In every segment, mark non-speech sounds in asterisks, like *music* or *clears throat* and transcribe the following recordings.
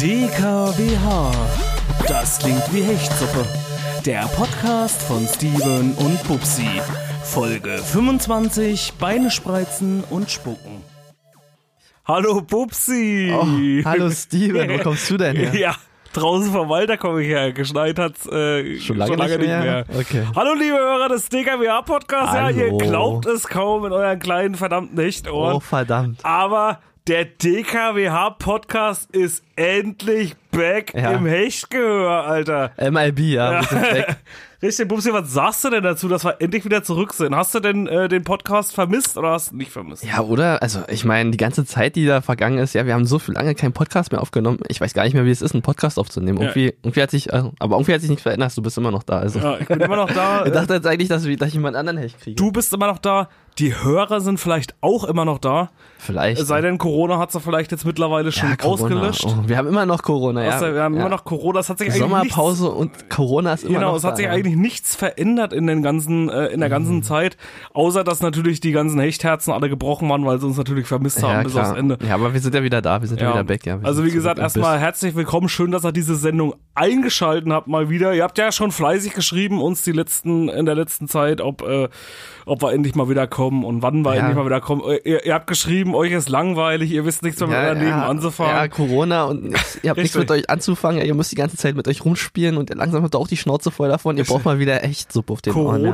DKWH. Das klingt wie Hechtsuppe. Der Podcast von Steven und Pupsi. Folge 25: Beine spreizen und spucken. Hallo Pupsi! Oh, hallo *laughs* Steven, wo kommst du denn her? Ja, draußen vom Wald, da komme ich her. Geschneit hat's äh, Schon lange nicht mehr? Okay. Hallo liebe Hörer des DKWH-Podcasts. Ja, ihr Hallo. glaubt es kaum in euren kleinen verdammten Hechtohren. Oh, verdammt. Aber der DKWH-Podcast ist endlich back Ja. im Hechtgehör, Alter. MIB, ja, wir *laughs* sind weg. Richtig, Bubsi, was sagst du denn dazu, dass wir endlich wieder zurück sind? Hast du denn äh, den Podcast vermisst oder hast du ihn nicht vermisst? Ja, oder? Also, ich meine, die ganze Zeit, die da vergangen ist, ja, wir haben so viel lange keinen Podcast mehr aufgenommen. Ich weiß gar nicht mehr, wie es ist, einen Podcast aufzunehmen. Irgendwie, irgendwie hat sich, äh, aber irgendwie hat sich nichts verändert. Du bist immer noch da. Also. Ja, ich bin immer noch da. *laughs* Ich dachte jetzt eigentlich, dass, wir- dass ich jemand anderen Hecht kriege. Du bist immer noch da. Die Hörer sind vielleicht auch immer noch da. Vielleicht. Es Sei denn, Corona hat sie vielleicht jetzt mittlerweile schon ja, Corona. ausgelöscht. Oh, wir haben immer noch Corona, ja. Also, wir haben ja. immer noch Corona. Es hat sich eigentlich nichts Sommerpause und Corona ist immer Genau, noch es hat da, sich ja. Mhm. eigentlich nichts verändert in den ganzen, äh, in der ganzen Zeit, außer dass natürlich die ganzen Hechtherzen alle gebrochen waren, weil sie uns natürlich vermisst haben ja, bis klar. aufs Ende. Ja, aber wir sind ja wieder da, wir sind ja, wieder back, ja. Wir also sind wie zurück gesagt, im Biss. erstmal herzlich willkommen, schön, dass ihr diese Sendung eingeschalten habt mal wieder. Ihr habt ja schon fleißig geschrieben uns die letzten in der letzten Zeit, ob äh, ob wir endlich mal wieder kommen und wann wir Ja. endlich mal wieder kommen. Äh, Ihr, ihr habt geschrieben, euch ist langweilig, ihr wisst nichts mehr mit eurem Leben Ja, anzufangen. Corona *laughs* und nix, ihr habt nichts Richtig. mit euch anzufangen, ihr müsst die ganze Zeit mit euch rumspielen und langsam habt ihr auch die Schnauze voll davon, ihr braucht mal wieder echt Suppe auf den Ohren. Ja.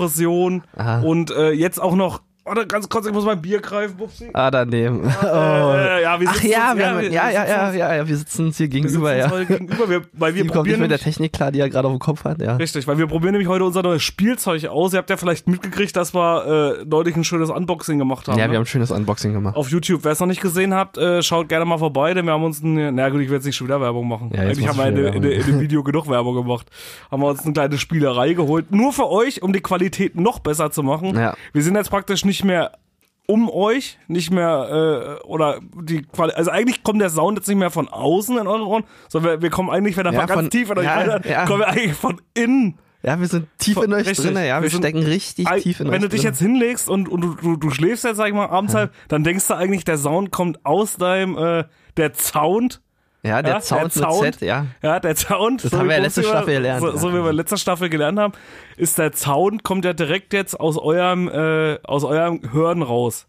Corona-Depression Ah. und äh, jetzt auch noch. Warte, ganz kurz, ich muss mein Bier greifen, Bubsi. Ah, daneben. Äh, äh, *laughs* ja, wir Ach sitzen ja, uns- wir haben, wir- ja, wir ja, sitzen ja, uns- ja, ja, wir sitzen uns hier wir sitzen gegenüber, uns ja. heute gegenüber, wir, *laughs* weil wir Ihr kommt nicht probieren mit der nämlich, Technik klar, die er gerade auf dem Kopf hat, ja. richtig, weil wir probieren nämlich heute unser neues Spielzeug aus. Ihr habt ja vielleicht mitgekriegt, dass wir äh, neulich ein schönes Unboxing gemacht haben. Ja, ne? wir haben ein schönes Unboxing gemacht. auf YouTube, wer es noch nicht gesehen habt, äh, schaut gerne mal vorbei, denn wir haben uns, ein, na gut, ich will jetzt nicht schon wieder Werbung machen. Ja, jetzt Eigentlich haben machst du wir in, schon wieder in, in dem Video genug Werbung gemacht. Haben wir uns eine kleine Spielerei geholt, nur für euch, um die Qualität noch besser zu machen. Ja. Wir sind jetzt praktisch nicht mehr um euch, nicht mehr, äh, oder die Quali also eigentlich kommt der Sound jetzt nicht mehr von außen in eure Ohren, sondern wir, wir kommen eigentlich, wenn er Ja, mal ganz von- tief in euch ja, reinhört, ja. kommen wir eigentlich von innen. Ja, wir sind tief in euch Richtig, drin, ja, wir wir sind- stecken richtig Ei- tief in euch wenn du dich drin. jetzt hinlegst und, und du, du, du schläfst jetzt, sag ich mal, abends halb, dann denkst du eigentlich, der Sound kommt aus deinem, äh, der Sound. Ja, der ja, Sound der mit Sound- *laughs* Z, ja. Ja, der Sound. Das haben wir ja letzte Staffel gelernt, So, ja. so wie wir letzte Staffel gelernt haben, ist der Sound, kommt ja direkt jetzt aus eurem, äh, aus eurem Hören raus.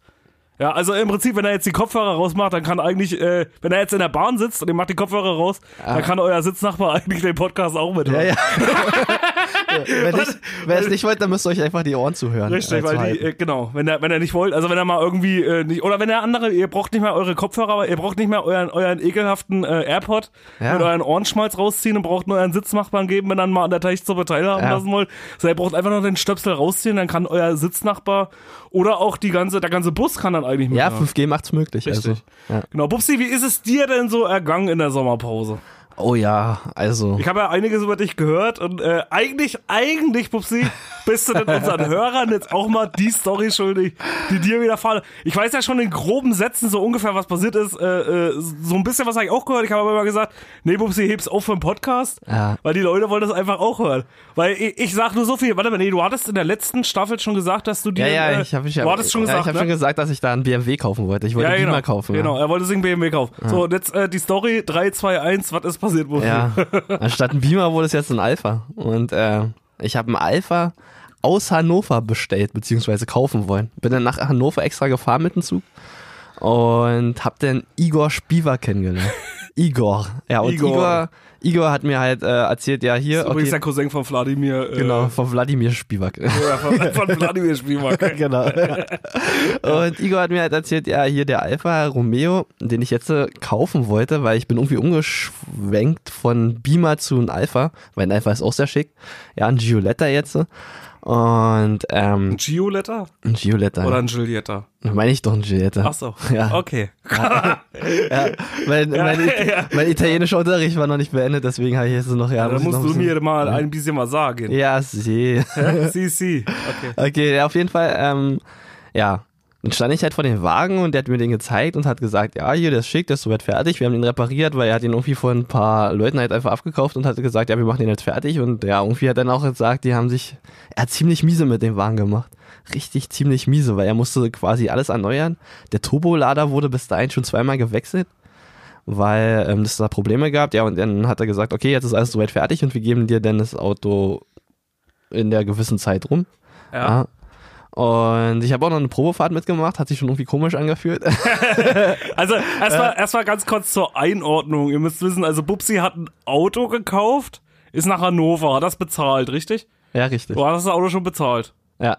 Ja, also im Prinzip, wenn er jetzt die Kopfhörer rausmacht, dann kann eigentlich, äh, wenn er jetzt in der Bahn sitzt und ihr macht die Kopfhörer raus, dann kann euer Sitznachbar *laughs* eigentlich den Podcast auch mithören. Ah. Ja, ja. Wenn ich- Wer es nicht wollt, dann müsst ihr euch einfach die Ohren zuhören. Richtig, äh, weil die, zuhalten. äh, genau, wenn er, wenn er nicht wollt, also wenn er mal irgendwie äh, nicht, oder wenn er andere, ihr braucht nicht mehr eure Kopfhörer, aber ihr braucht nicht mehr euren, euren ekelhaften äh, AirPod Ja. mit euren Ohrenschmalz rausziehen und braucht nur euren Sitznachbarn geben, wenn ihr dann mal an der Teichsuppe teilhaben Ja. lassen wollt. So, ihr braucht einfach nur den Stöpsel rausziehen, dann kann euer Sitznachbar oder auch die ganze, der ganze Bus kann dann eigentlich mit. Ja, 5G macht's möglich. Richtig. Also, ja. Genau, Bubsi, wie ist es dir denn so ergangen in der Sommerpause? Oh ja, also. Ich habe ja einiges über dich gehört und äh, eigentlich, eigentlich, Pupsi, bist *laughs* du denn unseren Hörern jetzt auch mal die Story schuldig, die dir widerfahren. Ich weiß ja schon in groben Sätzen so ungefähr, was passiert ist. Äh, äh, so ein bisschen was habe ich auch gehört. Ich habe aber immer gesagt, nee, Pupsi, heb's auf für einen Podcast, Ja. weil die Leute wollen das einfach auch hören. Weil ich, ich sag nur so viel, warte mal, nee, du hattest in der letzten Staffel schon gesagt, dass du dir, ja, ja, äh, ich habe ich du hattest schon ja, gesagt, ich hab ne? schon gesagt, dass ich da einen BMW kaufen wollte. Ich wollte ja, ja, genau, Beamer kaufen. Genau, er wollte sich einen BMW kaufen. So, und jetzt äh, die Story 3, 2, 1, was ist passiert, Pupsi? *laughs* Ja. ja. Anstatt ein Beamer wurde es jetzt ein Alpha. Und äh, ich habe einen Alpha aus Hannover bestellt, beziehungsweise kaufen wollen. Bin dann nach Hannover extra gefahren mit dem Zug und habe dann Igor *laughs* Spiewer kennengelernt. Igor. Ja, und Igor. Igor, Igor, hat mir halt äh, erzählt, ja, hier. Übrigens Okay, der Cousin von Vladimir. Äh, genau, von Wladimir Spivak. Ja, *laughs* von, von Vladimir Spielmark. genau. *laughs* Und Igor hat mir halt erzählt, ja, hier der Alfa Romeo, den ich jetzt äh, kaufen wollte, weil ich bin irgendwie umgeschwenkt von Beamer zu einem Alfa, weil ein Alfa ist auch sehr schick. Ja, ein Gioletta jetzt. äh. Und ähm, Ein Gioletta? ein Gioletta. Oder Oder ein Giulietta? meine ich doch ein Gioletta. Ach so. Ja. Okay. Ja, mein, mein, *laughs* ja. mein italienischer Unterricht war noch nicht beendet, deswegen habe ich jetzt noch ja. Da muss ich musst noch du ein bisschen- mir mal ein bisschen was sagen. Ja, sie. Si, si. Okay. *laughs* Okay, ja, auf jeden Fall, ähm, ja. Dann stand ich halt vor dem Wagen und der hat mir den gezeigt und hat gesagt, ja, hier, der ist schick, der ist soweit fertig. Wir haben den repariert, weil er hat ihn irgendwie von ein paar Leuten halt einfach abgekauft und hat gesagt, ja, wir machen den jetzt fertig. Und ja, irgendwie hat er dann auch gesagt, die haben sich, er hat ziemlich miese mit dem Wagen gemacht. Richtig ziemlich miese, weil er musste quasi alles erneuern. Der Turbolader wurde bis dahin schon zweimal gewechselt. weil ähm, es da Probleme gab. Ja, und dann hat er gesagt, okay, jetzt ist alles soweit fertig und wir geben dir dann das Auto in der gewissen Zeit rum. Ja. Ja. Und ich habe auch noch eine Probefahrt mitgemacht, hat sich schon irgendwie komisch angefühlt. *laughs* Also Äh. erstmal erstmal ganz kurz zur Einordnung. Ihr müsst wissen, also Bubsi hat ein Auto gekauft, ist nach Hannover, hat das bezahlt, richtig? ja, richtig. Du hast das Auto schon bezahlt. Ja.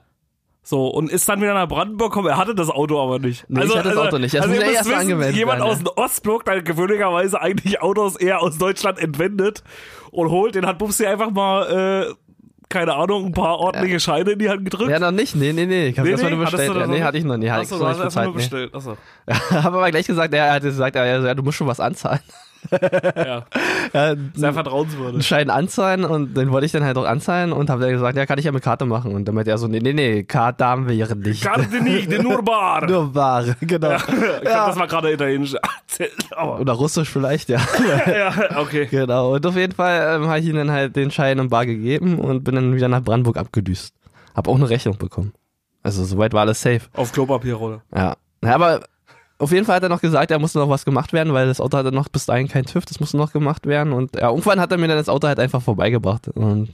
So, und ist dann wieder nach Brandenburg gekommen. Er hatte das Auto aber nicht. Nee, ich hatte das Auto nicht. Das also muss ihr ja müsst erst mal wissen, angemeldet jemand werden, aus dem Ostblock, der gewöhnlicherweise eigentlich Autos eher aus Deutschland entwendet und holt, den hat Bubsi einfach mal, äh, keine Ahnung, ein paar ordentliche Scheine in die Hand gedrückt. Ja, noch nicht. Nee, nee, nee. Ich hab's Nee, erstmal nee, nur hattest bestellt. du das Ja, nee, noch- hatte ich noch nie. Hatte ich Achso, noch du hast nicht erst mal nur bezahlt. bestellt. Achso. Nee. *laughs* Hab aber gleich gesagt, ja, er hat gesagt, ja, ja, du musst schon was anzahlen. *laughs* Ja. Ja, Sehr einen *laughs* vertrauenswürdig. Schein anzahlen und den wollte ich dann halt auch anzahlen und habe dann gesagt, ja, kann ich ja mit Karte machen. Und dann meinte er so, nee, nee, nee, Karte haben wir hier nicht. Karte nicht, den nur Bar. *laughs* Nur Ware, genau. *laughs* Ich glaube, das war gerade italienisch. Aber, Oder russisch vielleicht, ja. ja, okay. genau. Und auf jeden Fall ähm, habe ich ihm dann halt den Schein und Bar gegeben und bin dann wieder nach Brandenburg abgedüst. Hab auch eine Rechnung bekommen. Also soweit war alles safe. Auf Klopapierrolle. Ja. Na, aber auf jeden Fall hat er noch gesagt, er musste noch was gemacht werden, weil das Auto hatte noch bis dahin kein TÜV, das musste noch gemacht werden. Und ja, irgendwann hat er mir dann das Auto halt einfach vorbeigebracht. Und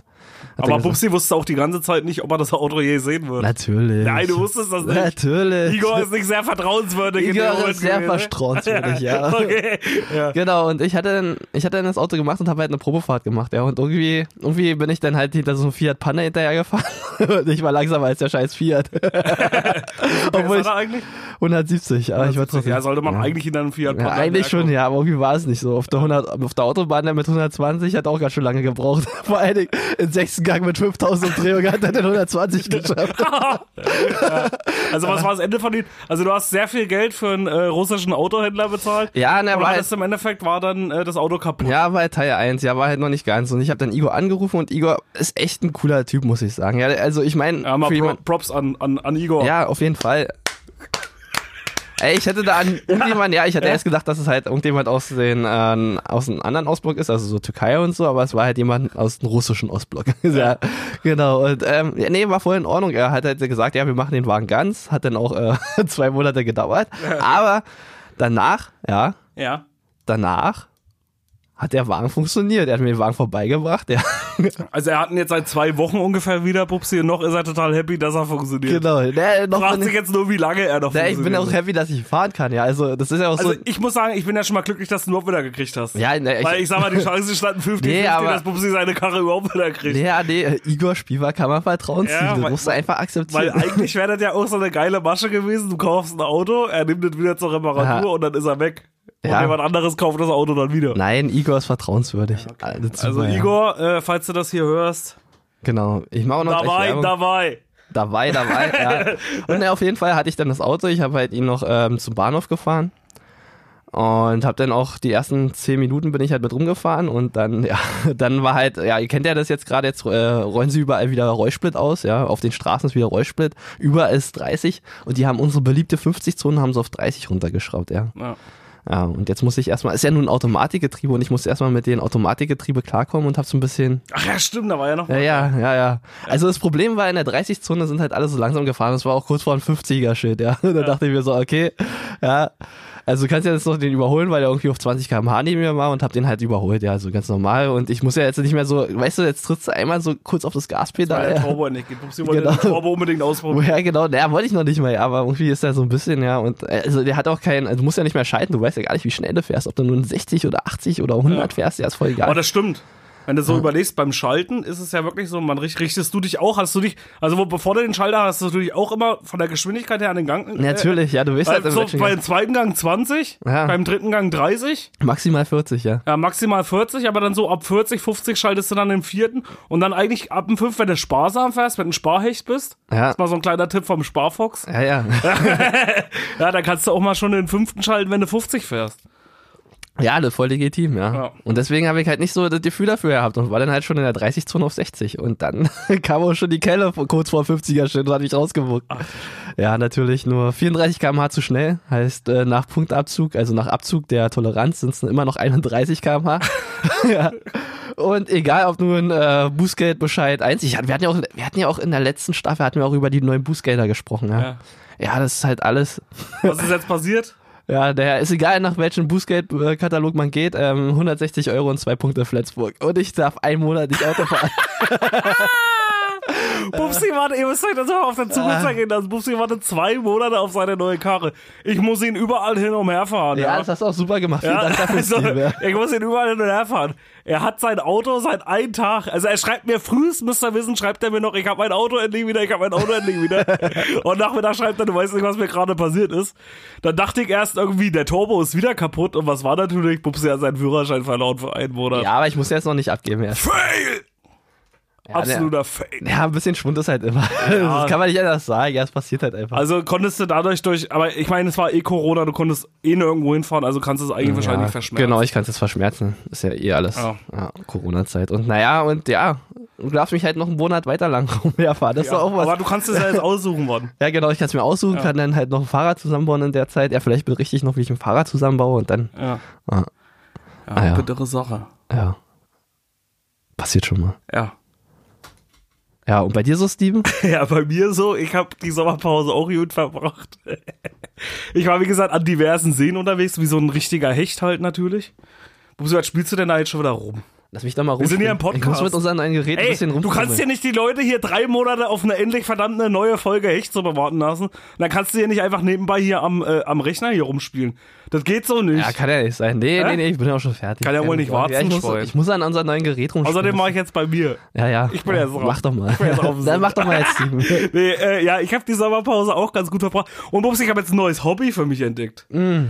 hat Aber dann gesagt, Bubsi wusste auch die ganze Zeit nicht, ob er das Auto je sehen würde. natürlich. Nein, du wusstest das nicht. Natürlich. Igor ist nicht sehr vertrauenswürdig. in dem Igor Moment ist sehr gewesen. ne? vertrauenswürdig, ja. *laughs* Okay. Ja. Genau, und ich hatte dann, ich hatte dann das Auto gemacht und habe halt eine Probefahrt gemacht, ja. Und irgendwie, irgendwie bin ich dann halt hinter so einem Fiat Panda hinterher gefahren. *laughs* Und ich war langsamer als der scheiß Fiat. Obwohl Obwohl ich er eigentlich? 170, aber ich war trotzdem. Ja, sollte man eigentlich in einem Fiat Ja, Panda eigentlich *laughs* schon, herkommen. ja, aber irgendwie war es nicht so. Auf der, 100, auf der Autobahn dann mit 120 hat auch ganz schön lange gebraucht. *laughs* Vor allen Dingen im sechsten Gang mit 5000 Umdrehungen hat er *laughs* den 120 geschafft. Also was war das Ende von ihm? Also du hast sehr viel Geld für einen äh, russischen Autohändler bezahlt. Ja, na, Und war hattest im Endeffekt ne, war halt dann äh, das Auto kaputt. Ja, war halt Teil 1, ja, war halt noch nicht ganz. Und ich habe dann Igor angerufen und Igor ist echt ein cooler Typ, muss ich sagen. Ja, also ich meine, Ja, mal für Pro jemand, Props an, an, an Igor. Ja, auf jeden Fall. Ey, ich hätte da an irgendjemand, ja, ich hätte erst gedacht, dass es halt irgendjemand aus den ähm, aus einem anderen Ostblock ist, also so Türkei und so, aber es war halt jemand aus dem russischen Ostblock. *laughs* ja, genau. Und ähm, ja, nee, war voll in Ordnung. Er hat halt gesagt, ja, wir machen den Wagen ganz, hat dann auch äh, *laughs* zwei Monate gedauert. Aber danach, ja, ja. danach hat der Wagen funktioniert. Er hat mir den Wagen vorbeigebracht, ja. Also er hat ihn jetzt seit zwei Wochen ungefähr wieder, Pupsi, und noch ist er total happy, dass er funktioniert. *laughs* genau. Ne, noch Fragt bin sich ich, jetzt nur, wie lange er noch ne, ich bin funktioniert. auch happy, dass ich fahren kann, ja. Also das ist ja auch also so. ich muss sagen, ich bin ja schon mal glücklich, dass du ihn überhaupt wieder gekriegt hast. Ja, ne, Weil ich sag mal, die Chancen standen 50-50, Nee, aber- dass Pupsi seine Karre überhaupt wieder kriegt. Nee, Ja, nee, äh, Igor Spieber kann man vertrauen ziehen. Ja, das weil- musst du einfach Weil akzeptieren. eigentlich wäre das ja auch so eine geile Masche gewesen. Du kaufst ein Auto, er nimmt es wieder zur Reparatur Ja. und dann ist er weg. Und Ja. jemand anderes kauft das Auto dann wieder. Nein, Igor ist vertrauenswürdig. Also, also super, ja. Igor, äh, falls du das hier hörst, Genau. Ich mache auch noch gleich dabei, Werbung. dabei. *laughs* dabei, dabei. ja. Und ja, auf jeden Fall hatte ich dann das Auto. Ich habe halt ihn noch ähm, zum Bahnhof gefahren. Und habe dann auch die ersten zehn Minuten bin ich halt mit rumgefahren und dann, *laughs* ja, dann war halt, ja, ihr kennt ja das jetzt gerade, jetzt äh, rollen sie überall wieder Rollsplit aus, ja, auf den Straßen ist wieder Rollsplit, überall ist 30 und die haben unsere beliebte 50-Zone, haben sie auf 30 runtergeschraubt, ja. Ja. Ja, und jetzt muss ich erstmal, ist ja nun ein Automatikgetriebe und ich muss erstmal mit den Automatikgetriebe klarkommen und hab so ein bisschen. Ach ja, stimmt, da war ja noch. Ja, ja, ja, ja. Also das Problem war, in der 30-Zone sind halt alle so langsam gefahren. Das war auch kurz vor einem 50er-Schild, ja. *laughs* Da dachte ich mir so, okay, ja. Also du kannst ja jetzt noch den überholen, weil der irgendwie auf 20 km/h neben mir war und hab den halt überholt, ja, so ganz normal. Und ich muss ja jetzt nicht mehr so, weißt du, jetzt trittst du einmal so kurz auf das Weil Gaspedal. der ja. Turbo nicht geht. Pupsi wollte Genau. den Turbo unbedingt ausprobieren. Ja, genau, naja, wollte ich noch nicht mal, ja, aber irgendwie ist er so ein bisschen, ja, und äh, also der hat auch keinen, also du musst ja nicht mehr schalten, du weißt ja gar nicht, wie schnell du fährst, ob du nun 60 oder 80 oder 100 fährst, ja, ist voll egal. Aber das stimmt. Wenn du so überlegst, beim Schalten ist es ja wirklich so, man richt- richtest du dich auch, hast du dich, also wo, bevor du den Schalter hast, hast du dich auch immer von der Geschwindigkeit her an den Gang. äh, Natürlich, ja, du weißt halt, Äh, im so, Matching- beim zweiten Gang 20, Ja. beim dritten Gang 30, maximal 40, ja. ja, maximal 40, aber dann so ab 40, 50 schaltest du dann den vierten und dann eigentlich ab dem fünf, wenn du sparsam fährst, wenn du ein Sparhecht bist. Ja. Das ist mal so ein kleiner Tipp vom Sparfox. Ja, ja. Ja, dann kannst du auch mal schon den fünften schalten, wenn du 50 fährst. Ja, das ist voll legitim, ja. Ja. Und deswegen habe ich halt nicht so das Gefühl dafür gehabt und war dann halt schon in der 30-Zone auf 60 und dann *laughs* kam auch schon die Kelle vor- kurz vor 50er stehen und hat mich rausgewuckt. Ja, natürlich nur 34 km/h zu schnell, heißt äh, nach Punktabzug, also nach Abzug der Toleranz sind es immer noch 31 km/h. ja. Und egal, ob nun äh, Bußgeldbescheid 1, ich, hatte- wir, hatten ja auch, wir hatten ja auch in der letzten Staffel, hatten wir auch über die neuen Bußgelder gesprochen, ja. Ja. Ja, das ist halt alles, *laughs* Was ist jetzt passiert? Ja, der ist egal, nach welchem Bußgeldkatalog man geht, ähm, 160 Euro und zwei Punkte Flensburg. Und ich darf einen Monat nicht Auto fahren. Bubsi wartet, ihr müsst euch das mal auf der Zunge zergehen lassen. Bubsi wartet zwei Monate auf seine neue Karre. Ich muss ihn überall hin und her fahren. ja, *laughs* Ja, das hast du auch super gemacht. Vielen Ja, Dank dafür, also, Steve. Ja. ich muss ihn überall hin und her fahren. Er hat sein Auto seit einem Tag. Also er schreibt mir frühest, müsst ihr wissen, schreibt er mir noch, ich habe mein Auto endlich wieder, ich habe mein Auto endlich *laughs* wieder. und nachmittag schreibt er, du weißt nicht, was mir gerade passiert ist. Dann dachte ich erst irgendwie, der Turbo ist wieder kaputt. Und was war natürlich? Bubsi hat seinen Führerschein verloren für einen Monat. ja, aber ich muss jetzt noch nicht abgeben. Erst. Fail! ne. Absoluter Fail. Ja, ein bisschen Schwund ist halt immer. *laughs* Das kann man nicht anders sagen. Ja, es passiert halt einfach. Also konntest du dadurch durch, aber ich meine, es war eh Corona, du konntest eh nirgendwo hinfahren, also kannst du es eigentlich wahrscheinlich ja, verschmerzen. Genau, ich kann es jetzt verschmerzen. Ist ja eh alles. Ja. Ja. Corona-Zeit. Und naja, und ja, du darfst mich halt noch einen Monat weiter lang *laughs* rumherfahren. Das ist Ja, doch auch was. aber du kannst es ja *laughs* jetzt aussuchen, Mann. Ja, genau, ich kann es mir aussuchen, kann dann halt noch ein Fahrrad zusammenbauen in der Zeit. Ja, vielleicht berichte ich noch, wie ich ein Fahrrad zusammenbaue und dann, Ja. Ah. Ja, Ah, ja. bittere Sache. ja. Passiert schon mal. Ja. Ja, und bei dir so, Steven? *laughs* Ja, bei mir so, ich habe die Sommerpause auch gut verbracht. *laughs* Ich war, wie gesagt, an diversen Seen unterwegs, wie so ein richtiger Hecht halt natürlich. Bubsi, was spielst du denn da jetzt schon wieder rum? Lass mich da mal rum. sind hier im Ich muss Podcast. mit unseren neuen Geräten ein Ey, bisschen du kannst ja nicht die Leute hier drei Monate auf eine endlich verdammte neue Folge Hechtsuppe warten lassen. Und dann kannst du hier nicht einfach nebenbei hier am, äh, am Rechner hier rumspielen. Das geht so nicht. Ja, kann ja nicht sein. Nee, Hä? nee, nee, ich bin auch schon fertig. Kann ja wohl Keine nicht Sorge. Ja, ich, Warzen muss, streuen. ich muss an unserem neuen Gerät rumspielen. Außerdem mache ich jetzt bei mir. Ja, ja. Ich bin ja, jetzt raus. Mach doch mal. bin jetzt auf dem *laughs* Dann Sinn. mach doch mal jetzt, Steven. *laughs* Nee, äh, ja, ich habe die Sommerpause auch ganz gut verbracht. Und Bubsi, ich habe jetzt ein neues Hobby für mich entdeckt. Mm.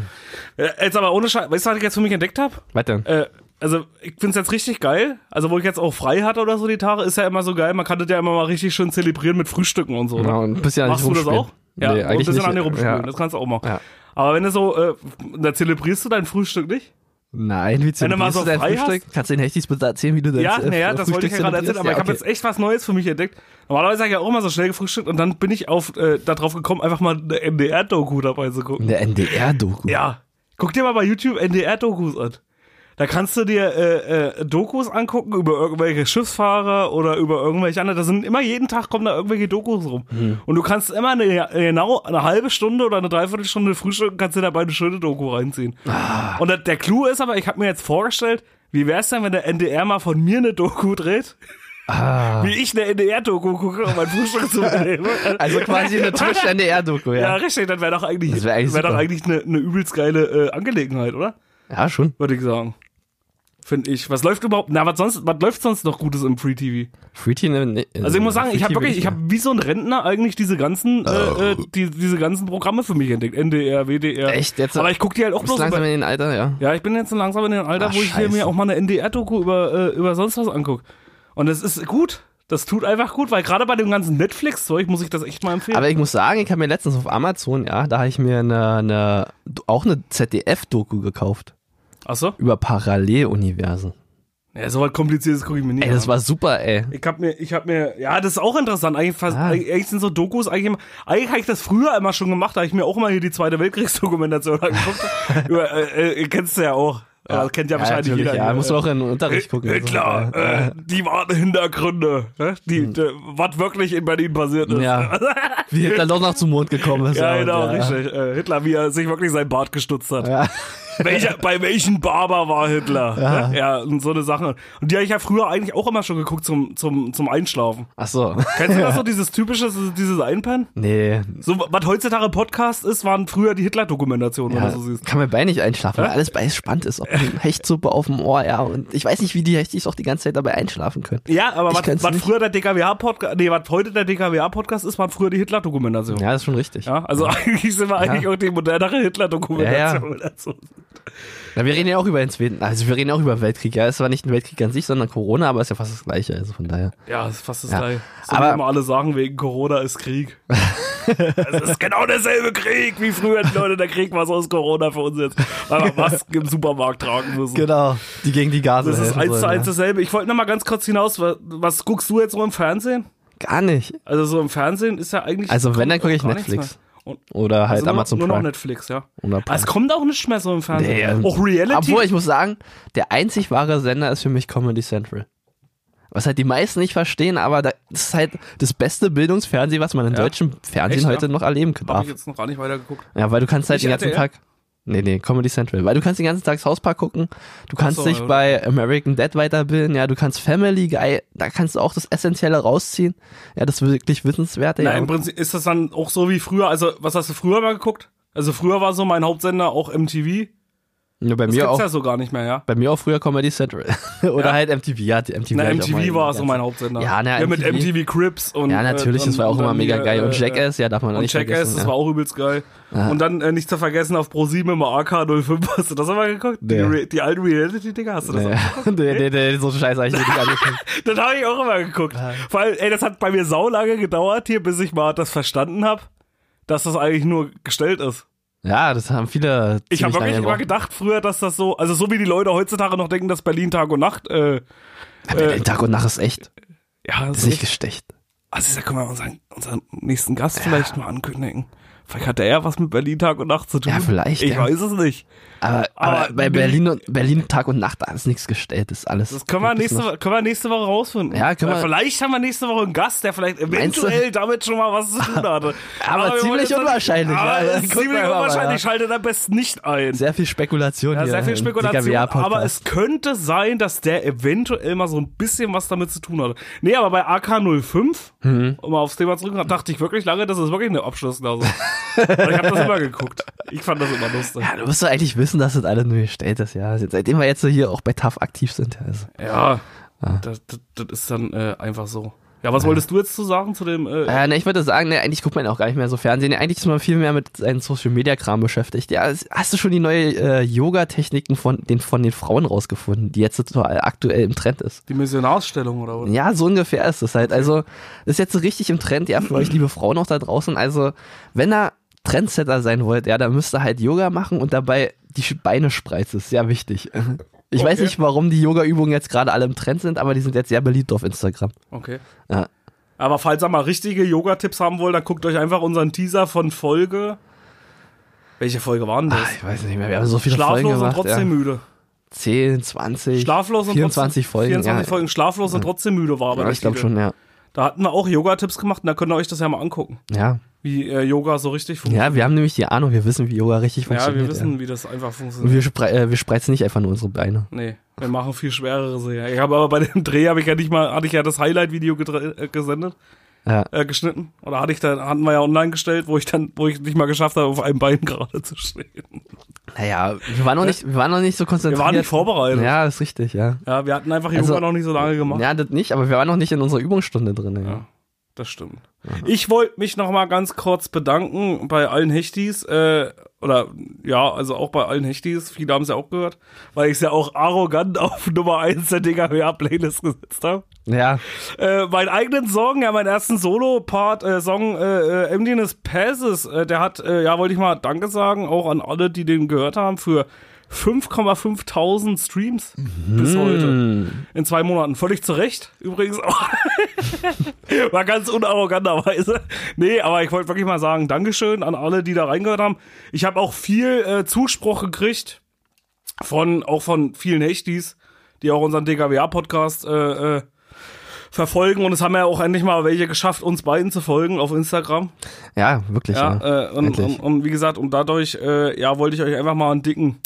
Äh, jetzt aber ohne Scheiß. Weißt du, was ich jetzt für mich entdeckt habe? Weiter. Äh, also, ich find's jetzt richtig geil. Also, wo ich jetzt auch frei hatte oder so die Tage, ist ja immer so geil. Man kann das ja immer mal richtig schön zelebrieren mit Frühstücken und so. Ne? Genau, und ein bisschen an Machst dich du das rumspielen. auch? Ja, nee, und ein eigentlich bisschen nicht. an dir rumspielen. Ja. Das kannst du auch machen. Ja. Aber wenn du so, äh, da zelebrierst du dein Frühstück nicht? Nein, wie Wenn du mal zelebrierst so du dein frei Frühstück? Kannst du den Hechtis bitte erzählen, wie du dein Ja, äh, naja, das wollte ich ja Frühstück gerade erzählen, zelebrierst? aber ich habe Ja, jetzt echt was Neues für mich entdeckt. Normalerweise habe ich ja auch immer so schnell gefrühstückt und dann bin ich auf, äh, da drauf gekommen, einfach mal eine NDR-Doku dabei zu gucken. okay. Eine NDR-Doku. Ja. Guck dir mal bei YouTube NDR-Dokus an. Da kannst du dir äh, äh, Dokus angucken über irgendwelche Schiffsfahrer oder über irgendwelche anderen. Da sind immer jeden Tag kommen da irgendwelche Dokus rum. Hm. Und du kannst immer eine, genau eine halbe Stunde oder eine Dreiviertelstunde frühstücken, kannst dir dabei eine schöne Doku reinziehen. Ah. Und der- der Clou ist aber, ich habe mir jetzt vorgestellt, wie wär's denn, wenn der NDR mal von mir eine Doku dreht? Ah. Wie ich eine NDR-Doku gucke, um mein Frühstück *laughs* zu nehmen. Also *laughs* quasi eine Twitch-NDR-Doku, Ja, ja. richtig, dann wäre doch eigentlich, Das wär eigentlich wär doch super. eigentlich eine, eine übelst geile äh, Angelegenheit, oder? Ja, schon. Würde ich sagen. Finde ich. Was läuft überhaupt? Na, was sonst, was läuft sonst noch Gutes im Free TV? Free TV. ne- Also ich muss äh, sagen, Free ich habe TV wirklich, ich habe wie so ein Rentner eigentlich diese ganzen, Oh. äh, äh, die, diese ganzen Programme für mich entdeckt. NDR, WDR. Echt? Jetzt- Aber ich gucke die halt auch Du bist bloß langsam über, in den Alter, ja. Ja, ich bin jetzt so langsam in dem Alter, Ach, wo ich hier scheiße. mir auch mal eine NDR-Doku über, äh, über sonst was angucke. Und das ist gut. Das tut einfach gut, weil gerade bei dem ganzen Netflix-Zeug muss ich das echt mal empfehlen. Aber ich muss sagen, ich habe mir letztens auf Amazon, ja, da habe ich mir eine, eine, auch eine ZDF-Doku gekauft Achso? über Paralleluniversen. Ja, so was kompliziertes gucke ich mir nicht Ey, an. das war super, ey. Ich hab mir, ich hab mir, ja, das ist auch interessant. Eigentlich, fast, Ah. eigentlich sind so Dokus eigentlich immer, eigentlich habe ich das früher immer schon gemacht, da habe ich mir auch immer hier die Zweite Weltkriegsdokumentation *laughs* angeguckt. Über, äh, äh, kennst du ja auch. Ja, kennt ja, wahrscheinlich natürlich, jeder. Ja, hier. musst du auch in den Unterricht gucken. Äh, und so. klar, Ja. Hm. äh, die wahren Hintergründe, ne? die, äh, was wirklich in Berlin passiert ist. *laughs* Ja. Wie Hitler doch noch zum Mond gekommen ist. Ja, genau, und, richtig. Äh, Hitler, wie er sich wirklich sein Bart gestutzt hat. Ja. Welcher, bei welchem Barber war Hitler? ne? Ja, und so eine Sache. Und die habe ich ja früher eigentlich auch immer schon geguckt zum, zum, zum Einschlafen. Ach so. Kennst du das so, dieses typische, so dieses Einpennen? *laughs* Nee. So, was heutzutage Podcast ist, waren früher die Hitler-Dokumentationen, wenn Ja, du so siehst. kann mein Bein nicht einschlafen, weil alles bei spannend *laughs* ist. Ob eine Hechtsuppe auf dem Ohr, ja. Und ich weiß nicht, wie die Hechtis auch die ganze Zeit dabei einschlafen können. Ja, aber Ich was, kann's was nicht. früher der DKWH-Podcast, nee, was heute der DKWH-Podcast ist, waren früher die Hitler-Dokumentationen. Ja. Ja, das ist schon richtig. also eigentlich sind wir eigentlich auch die modernere Hitler-Dokumentation. dazu. Na, wir reden ja auch über den zweiten, also wir reden ja auch über Weltkrieg. Ja, es war nicht ein Weltkrieg an sich, sondern Corona, aber ist ja fast das Gleiche. Also von daher. Ja, ist fast das Ja. gleiche. So Aber- aber immer alle sagen, wegen Corona ist Krieg. *laughs* es ist genau derselbe Krieg, wie früher die Leute, der Krieg war so aus Corona für uns jetzt. Weil wir Masken im Supermarkt tragen müssen. Genau. Die gegen die Gase. Das ist helfen eins zu sollen, eins dasselbe. Ich wollte noch mal ganz kurz hinaus, was, was guckst du jetzt so im Fernsehen? Ja. Gar nicht. Also so im Fernsehen ist ja eigentlich. Also wenn, dann gucke ich gar nichts Netflix. mehr. Und Oder halt also nur, Amazon nur noch Prime. Netflix, ja. Oder Aber Prime. es kommt auch nicht mehr so im Fernsehen. Nee, ähm, auch Reality. Obwohl, ich muss sagen, der einzig wahre Sender ist für mich Comedy Central. Was halt die meisten nicht verstehen, aber da, das ist halt das beste Bildungsfernsehen, was man im deutschen Fernsehen Echt, heute ja? noch erleben habe darf. ich jetzt noch gar nicht weitergeguckt. Ja, weil du kannst halt Nicht den ganzen RTL? Tag. Nee, nee, Comedy Central. Weil du kannst den ganzen Tag South Park gucken, du kannst so, dich ja. bei American Dad weiterbilden, ja, du kannst Family Guy, da kannst du auch das Essentielle rausziehen. Ja, das wirklich Wissenswerte. Na, ja. im Prinzip ist das dann auch so wie früher. Also, was hast du früher mal geguckt? Also, früher war so mein Hauptsender auch MTV. ja, bei Das mir gibt's auch. ja so gar nicht mehr, ja. Bei mir auch früher Comedy Central. *laughs* Oder Ja. halt MTV. Ja, die MTV, Na, hab ich auch MTV mal war so ganz- mein Hauptsender. Ja, na, mit MTV. MTV Crips und. Ja, natürlich, äh, das war auch und immer dann mega hier, geil. Und äh, Jackass, ja, darf man auch Und nicht Jackass, vergessen. das ja. war auch übelst geil. Und dann äh, nicht zu vergessen auf Pro7 immer AK05. Hast du das mal geguckt? Nee. Die, Re die alten Reality-Dinger hast du das auch? *laughs* Nee, nee, nee, nee, so scheiße hab ich *laughs* mir nicht angeguckt. Das habe ich auch immer geguckt. Vor allem, ey, das hat bei mir saulange gedauert hier, bis ich mal das verstanden habe, dass das eigentlich nur gestellt ist. Ja, das haben viele. Ich habe ziemlich lange wirklich immer gebraucht. gedacht früher, dass das so, also so wie die Leute heutzutage noch denken, dass Berlin Tag und Nacht, äh, äh, Ey, Tag und Nacht ist echt. ja, das Ist nicht gestecht. Also da können wir unseren, unseren nächsten Gast vielleicht mal ankündigen. Vielleicht hat er was mit Berlin Tag und Nacht zu tun. Ja, vielleicht, Ich ja. weiß es nicht. Aber, aber, Aber bei bin- Berlin und Berlin Tag und Nacht, da ist nichts gestellt, ist alles. Das können wir, wirklich nächste, noch- Wo- können wir nächste Woche rausfinden. Ja, können Weil wir- Vielleicht haben wir nächste Woche einen Gast, der vielleicht Meinst du? eventuell damit schon mal was zu *laughs* tun hatte. Aber wir wollen ziemlich jetzt noch nicht- unwahrscheinlich, Aber ja. es ist Gucken ziemlich wir mal, unwahrscheinlich. ja. Schaltet am besten nicht ein. Sehr viel Spekulation ja, hier. sehr viel im Spekulation. DKWA-Podcast. Aber es könnte sein, dass der eventuell mal so ein bisschen was damit zu tun hatte. Nee, aber bei AK05, Hm. um mal aufs Thema zurückzukommen, dachte ich wirklich lange, das ist wirklich eine Abschlussklasse. Weil ich habe das immer geguckt. Ich fand das immer lustig. Ja, du musst doch eigentlich wissen, dass das alles nur gestellt ist, ja. Also Seitdem wir jetzt so hier auch bei TAF aktiv sind, ja. Also. Ja, das, das, das ist dann äh, einfach so. Ja, was wolltest du jetzt zu sagen zu dem? Äh, Äh, ne, ich würde sagen, ne, eigentlich guckt man auch gar nicht mehr so Fernsehen. Ne, Eigentlich ist man viel mehr mit seinem Social Media Kram beschäftigt. Ja, es- hast du schon die neue äh, Yoga Techniken von den von den Frauen rausgefunden, die jetzt total aktuell im Trend ist? die Missionarsstellung oder was? Ja, so ungefähr ist es halt. Also, das ist jetzt so richtig im *clears throat* Trend, ja, für euch liebe Frauen auch da draußen. Also, wenn ihr Trendsetter sein wollt, ja, dann müsst ihr halt Yoga machen und dabei die Sch- Beine spreizen. Ist sehr wichtig. Ich weiß Okay. nicht, warum die Yoga-Übungen jetzt gerade alle im Trend sind, aber die sind jetzt sehr beliebt auf Instagram. Okay. Ja. Aber falls ihr mal richtige Yoga-Tipps haben wollt, dann guckt euch einfach unseren Teaser von Folge. Welche Folge war denn das? Ah, Ich weiß nicht mehr, wir haben so viele Schlaflos Folgen gemacht. und trotzdem ja. müde. 10, 20, Schlaflos und 24 trotzdem, Folgen. 24 ja. Folgen schlaflos und trotzdem müde war. Aber Ja, der ich glaube Titel. schon, ja. Da hatten wir auch Yoga-Tipps gemacht und da könnt ihr euch das ja mal angucken, ja. wie äh, Yoga so richtig funktioniert. Ja, wir haben nämlich die Ahnung, wir wissen, wie Yoga richtig Ja, funktioniert. wir wissen, wie das einfach Und funktioniert. wir, spre äh, wir spreizen nicht einfach nur unsere Beine. Nee, wir machen viel schwerere Serien. Ich habe aber bei dem Dreh habe ich ja nicht mal, hatte ich ja das Highlight-Video gedre- äh, gesendet, Ja. äh, geschnitten. Oder hatte ich da, hatten wir ja online gestellt, wo ich dann, wo ich nicht mal geschafft habe, auf einem Bein gerade zu stehen. Naja, wir waren noch nicht, wir waren noch nicht so Wir konzentriert. waren nicht vorbereitet. Ja, Ja, ist richtig, ja. wir hatten einfach Yoga Also- noch nicht so lange Also gemacht. Ja, das nicht, aber wir waren noch nicht in unserer Übungsstunde drin. Ja. Ja, das stimmt. Ich wollte mich noch mal ganz kurz bedanken bei allen Hechtis, äh, oder ja, also auch bei allen Hechtis, viele haben es ja auch gehört, weil ich es ja auch arrogant *laughs* auf Nummer 1 der DKWA-Playlist gesetzt habe. ja. Äh, meinen eigenen Song, ja, meinen ersten Solo-Part, äh, Song äh, äh, Emptiness Passes, äh, der hat, äh, ja, wollte ich mal Danke sagen, auch an alle, die den gehört haben, für 5,5.000 Streams bis heute. Hm. In zwei Monaten. Völlig zu Recht, übrigens auch. *laughs* War ganz unarroganterweise. Nee, aber ich wollte wirklich mal sagen, Dankeschön an alle, die da reingehört haben. Ich habe auch viel äh, Zuspruch gekriegt von, auch von vielen Hechtis, die auch unseren DKWA-Podcast äh, äh, verfolgen. Und es haben ja auch endlich mal welche geschafft, uns beiden zu folgen auf Instagram. ja, wirklich, ja. Ja, äh, und, endlich. und, und wie gesagt, und dadurch, äh, ja, wollte ich euch einfach mal einen dicken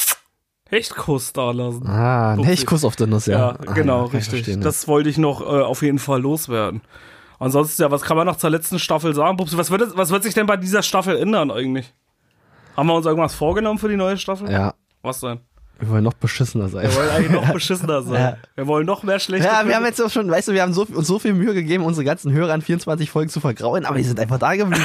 Hechtkuss da lassen. Ah, ein Guck, Hechkuss auf der Nuss, ja. Ja, Ah, genau, ja, kann ich richtig. verstehen, ja. das wollte ich noch äh, auf jeden Fall loswerden. Ansonsten, ja, was kann man noch zur letzten Staffel sagen? Bubsi, was wird, es- was wird sich denn bei dieser Staffel ändern eigentlich? Haben wir uns irgendwas vorgenommen für die neue Staffel? ja, Was denn? wir wollen noch beschissener sein. Wir wollen eigentlich noch beschissener sein. Ja. Wir wollen noch mehr schlechte. *laughs* Ja, wir haben jetzt auch schon, weißt du, wir haben so, uns so viel Mühe gegeben, unsere ganzen Hörer an 24 Folgen zu vergrauen, aber die sind einfach da *laughs* geblieben.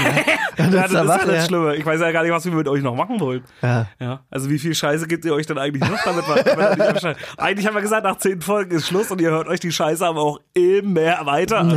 ja. ja, das ist ja Sache, das Schlimme. Ich weiß ja gar nicht, was wir mit euch noch machen wollen. ja. Ja, also wie viel Scheiße gebt ihr euch denn eigentlich noch damit? man- wenn man nicht abschneidet? *laughs* eigentlich haben wir gesagt, nach zehn Folgen ist Schluss und ihr hört euch die Scheiße aber auch immer weiter an.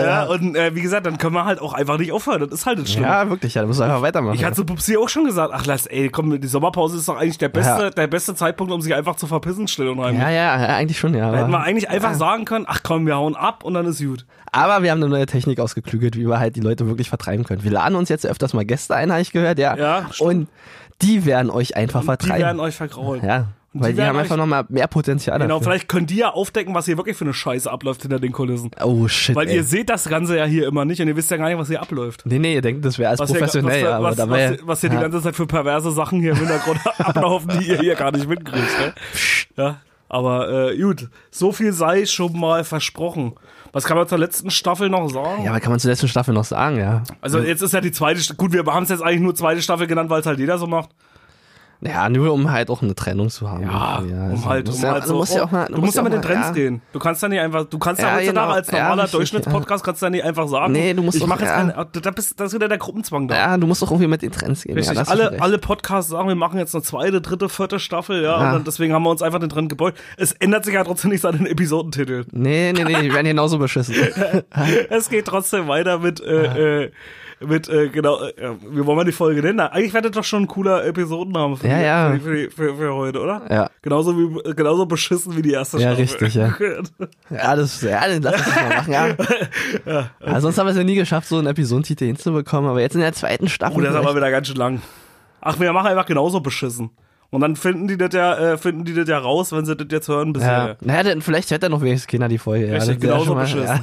Ja, ja. und äh, wie gesagt, dann können wir halt auch einfach nicht aufhören. Das ist halt das Schlimme. ja, wirklich, ja, da müssen wir einfach weitermachen. Ich hatte zu Pupsi auch schon gesagt, ach lass, ey, komm, die Sommerpause ist doch eigentlich der beste, Ja. der beste Zeitpunkt, um sich einfach zu verpissen, still und heimlich. ja, ja, ja, eigentlich schon, ja. Da hätten wir aber- eigentlich einfach sagen können, ach komm, wir hauen ab und dann ist gut. Aber wir haben eine neue Technik ausgeklügelt, wie wir halt die Leute wirklich vertreiben können. Wir laden uns jetzt öfters mal Gäste ein, habe ich gehört, ja. Ja, stimmt. und die werden euch einfach Die vertreiben. werden euch vergraulen. ja. Und Weil die, werden haben einfach euch- nochmal mehr Potenzial. Genau, dafür. vielleicht können die ja aufdecken, was hier wirklich für eine Scheiße abläuft hinter den Kulissen. Oh shit. Weil ey. ihr seht das Ganze ja hier immer nicht und ihr wisst ja gar nicht, was hier abläuft. nee, nee, ihr denkt, das wäre alles Was hier, professionell, was, aber was, dabei. was, was hier die ganze Zeit für perverse Sachen hier im Hintergrund *laughs* ablaufen, die ihr hier gar nicht mitkriegt. Ne? Ja, aber äh, gut, so viel sei schon mal versprochen. Was kann man zur letzten Staffel noch sagen? ja, ne- aber kann man zur letzten Staffel noch sagen, ja. Also jetzt ist ja die zweite, Sta- gut, wir haben es jetzt eigentlich nur zweite Staffel genannt, weil es halt jeder so macht. Ja, nur um halt auch eine Trennung zu haben. Ja, irgendwie, um Also, halt, du musst um ja, halt du so, musst ja auch mal, du musst ja auch mit den mal- Trends ja. gehen. Du kannst ja nicht einfach, du kannst ja, Ja, heutzutage genau. als Ja, normaler richtig, Durchschnittspodcast kannst du ja nicht einfach sagen, Nee, du musst ich doch- mache jetzt ja. keinen, da bist, da ist wieder der Gruppenzwang da. Ja, du musst auch irgendwie mit den Trends gehen. Richtig, ja, das ist alle, recht. alle Podcasts sagen, wir machen jetzt eine zweite, dritte, vierte Staffel, ja, Ja. und dann, deswegen haben wir uns einfach den drin gebeugt. Es ändert sich ja trotzdem nichts an den Episodentiteln. Nee, nee, nee, die werden genauso beschissen. *laughs* es geht trotzdem weiter mit, äh, äh, mit, äh, genau, äh, wie wollen wir die Folge nennen? Na, Eigentlich wäre das doch schon ein cooler Episodenname für, Ja, die, ja. Für, die, für, die, für, für heute, oder? Ja. Genauso, wie, äh, genauso beschissen wie die erste Ja, Staffel. *laughs* richtig, ja. Ja, das, ja, dann lass uns das mal machen, ja. ja sonst haben wir es ja nie geschafft, so einen Episodentitel hinzubekommen, aber jetzt in der zweiten Staffel. Oh, das ist aber vielleicht- wieder ganz schön lang. Ach, wir machen einfach genauso beschissen. Und dann finden die das ja, äh, finden die das ja raus, wenn sie das jetzt hören bisher. ja. Naja, dann, vielleicht hört er noch wenigstens Kinder die Folge. Ja, Richtig, das wäre genauso schon mal-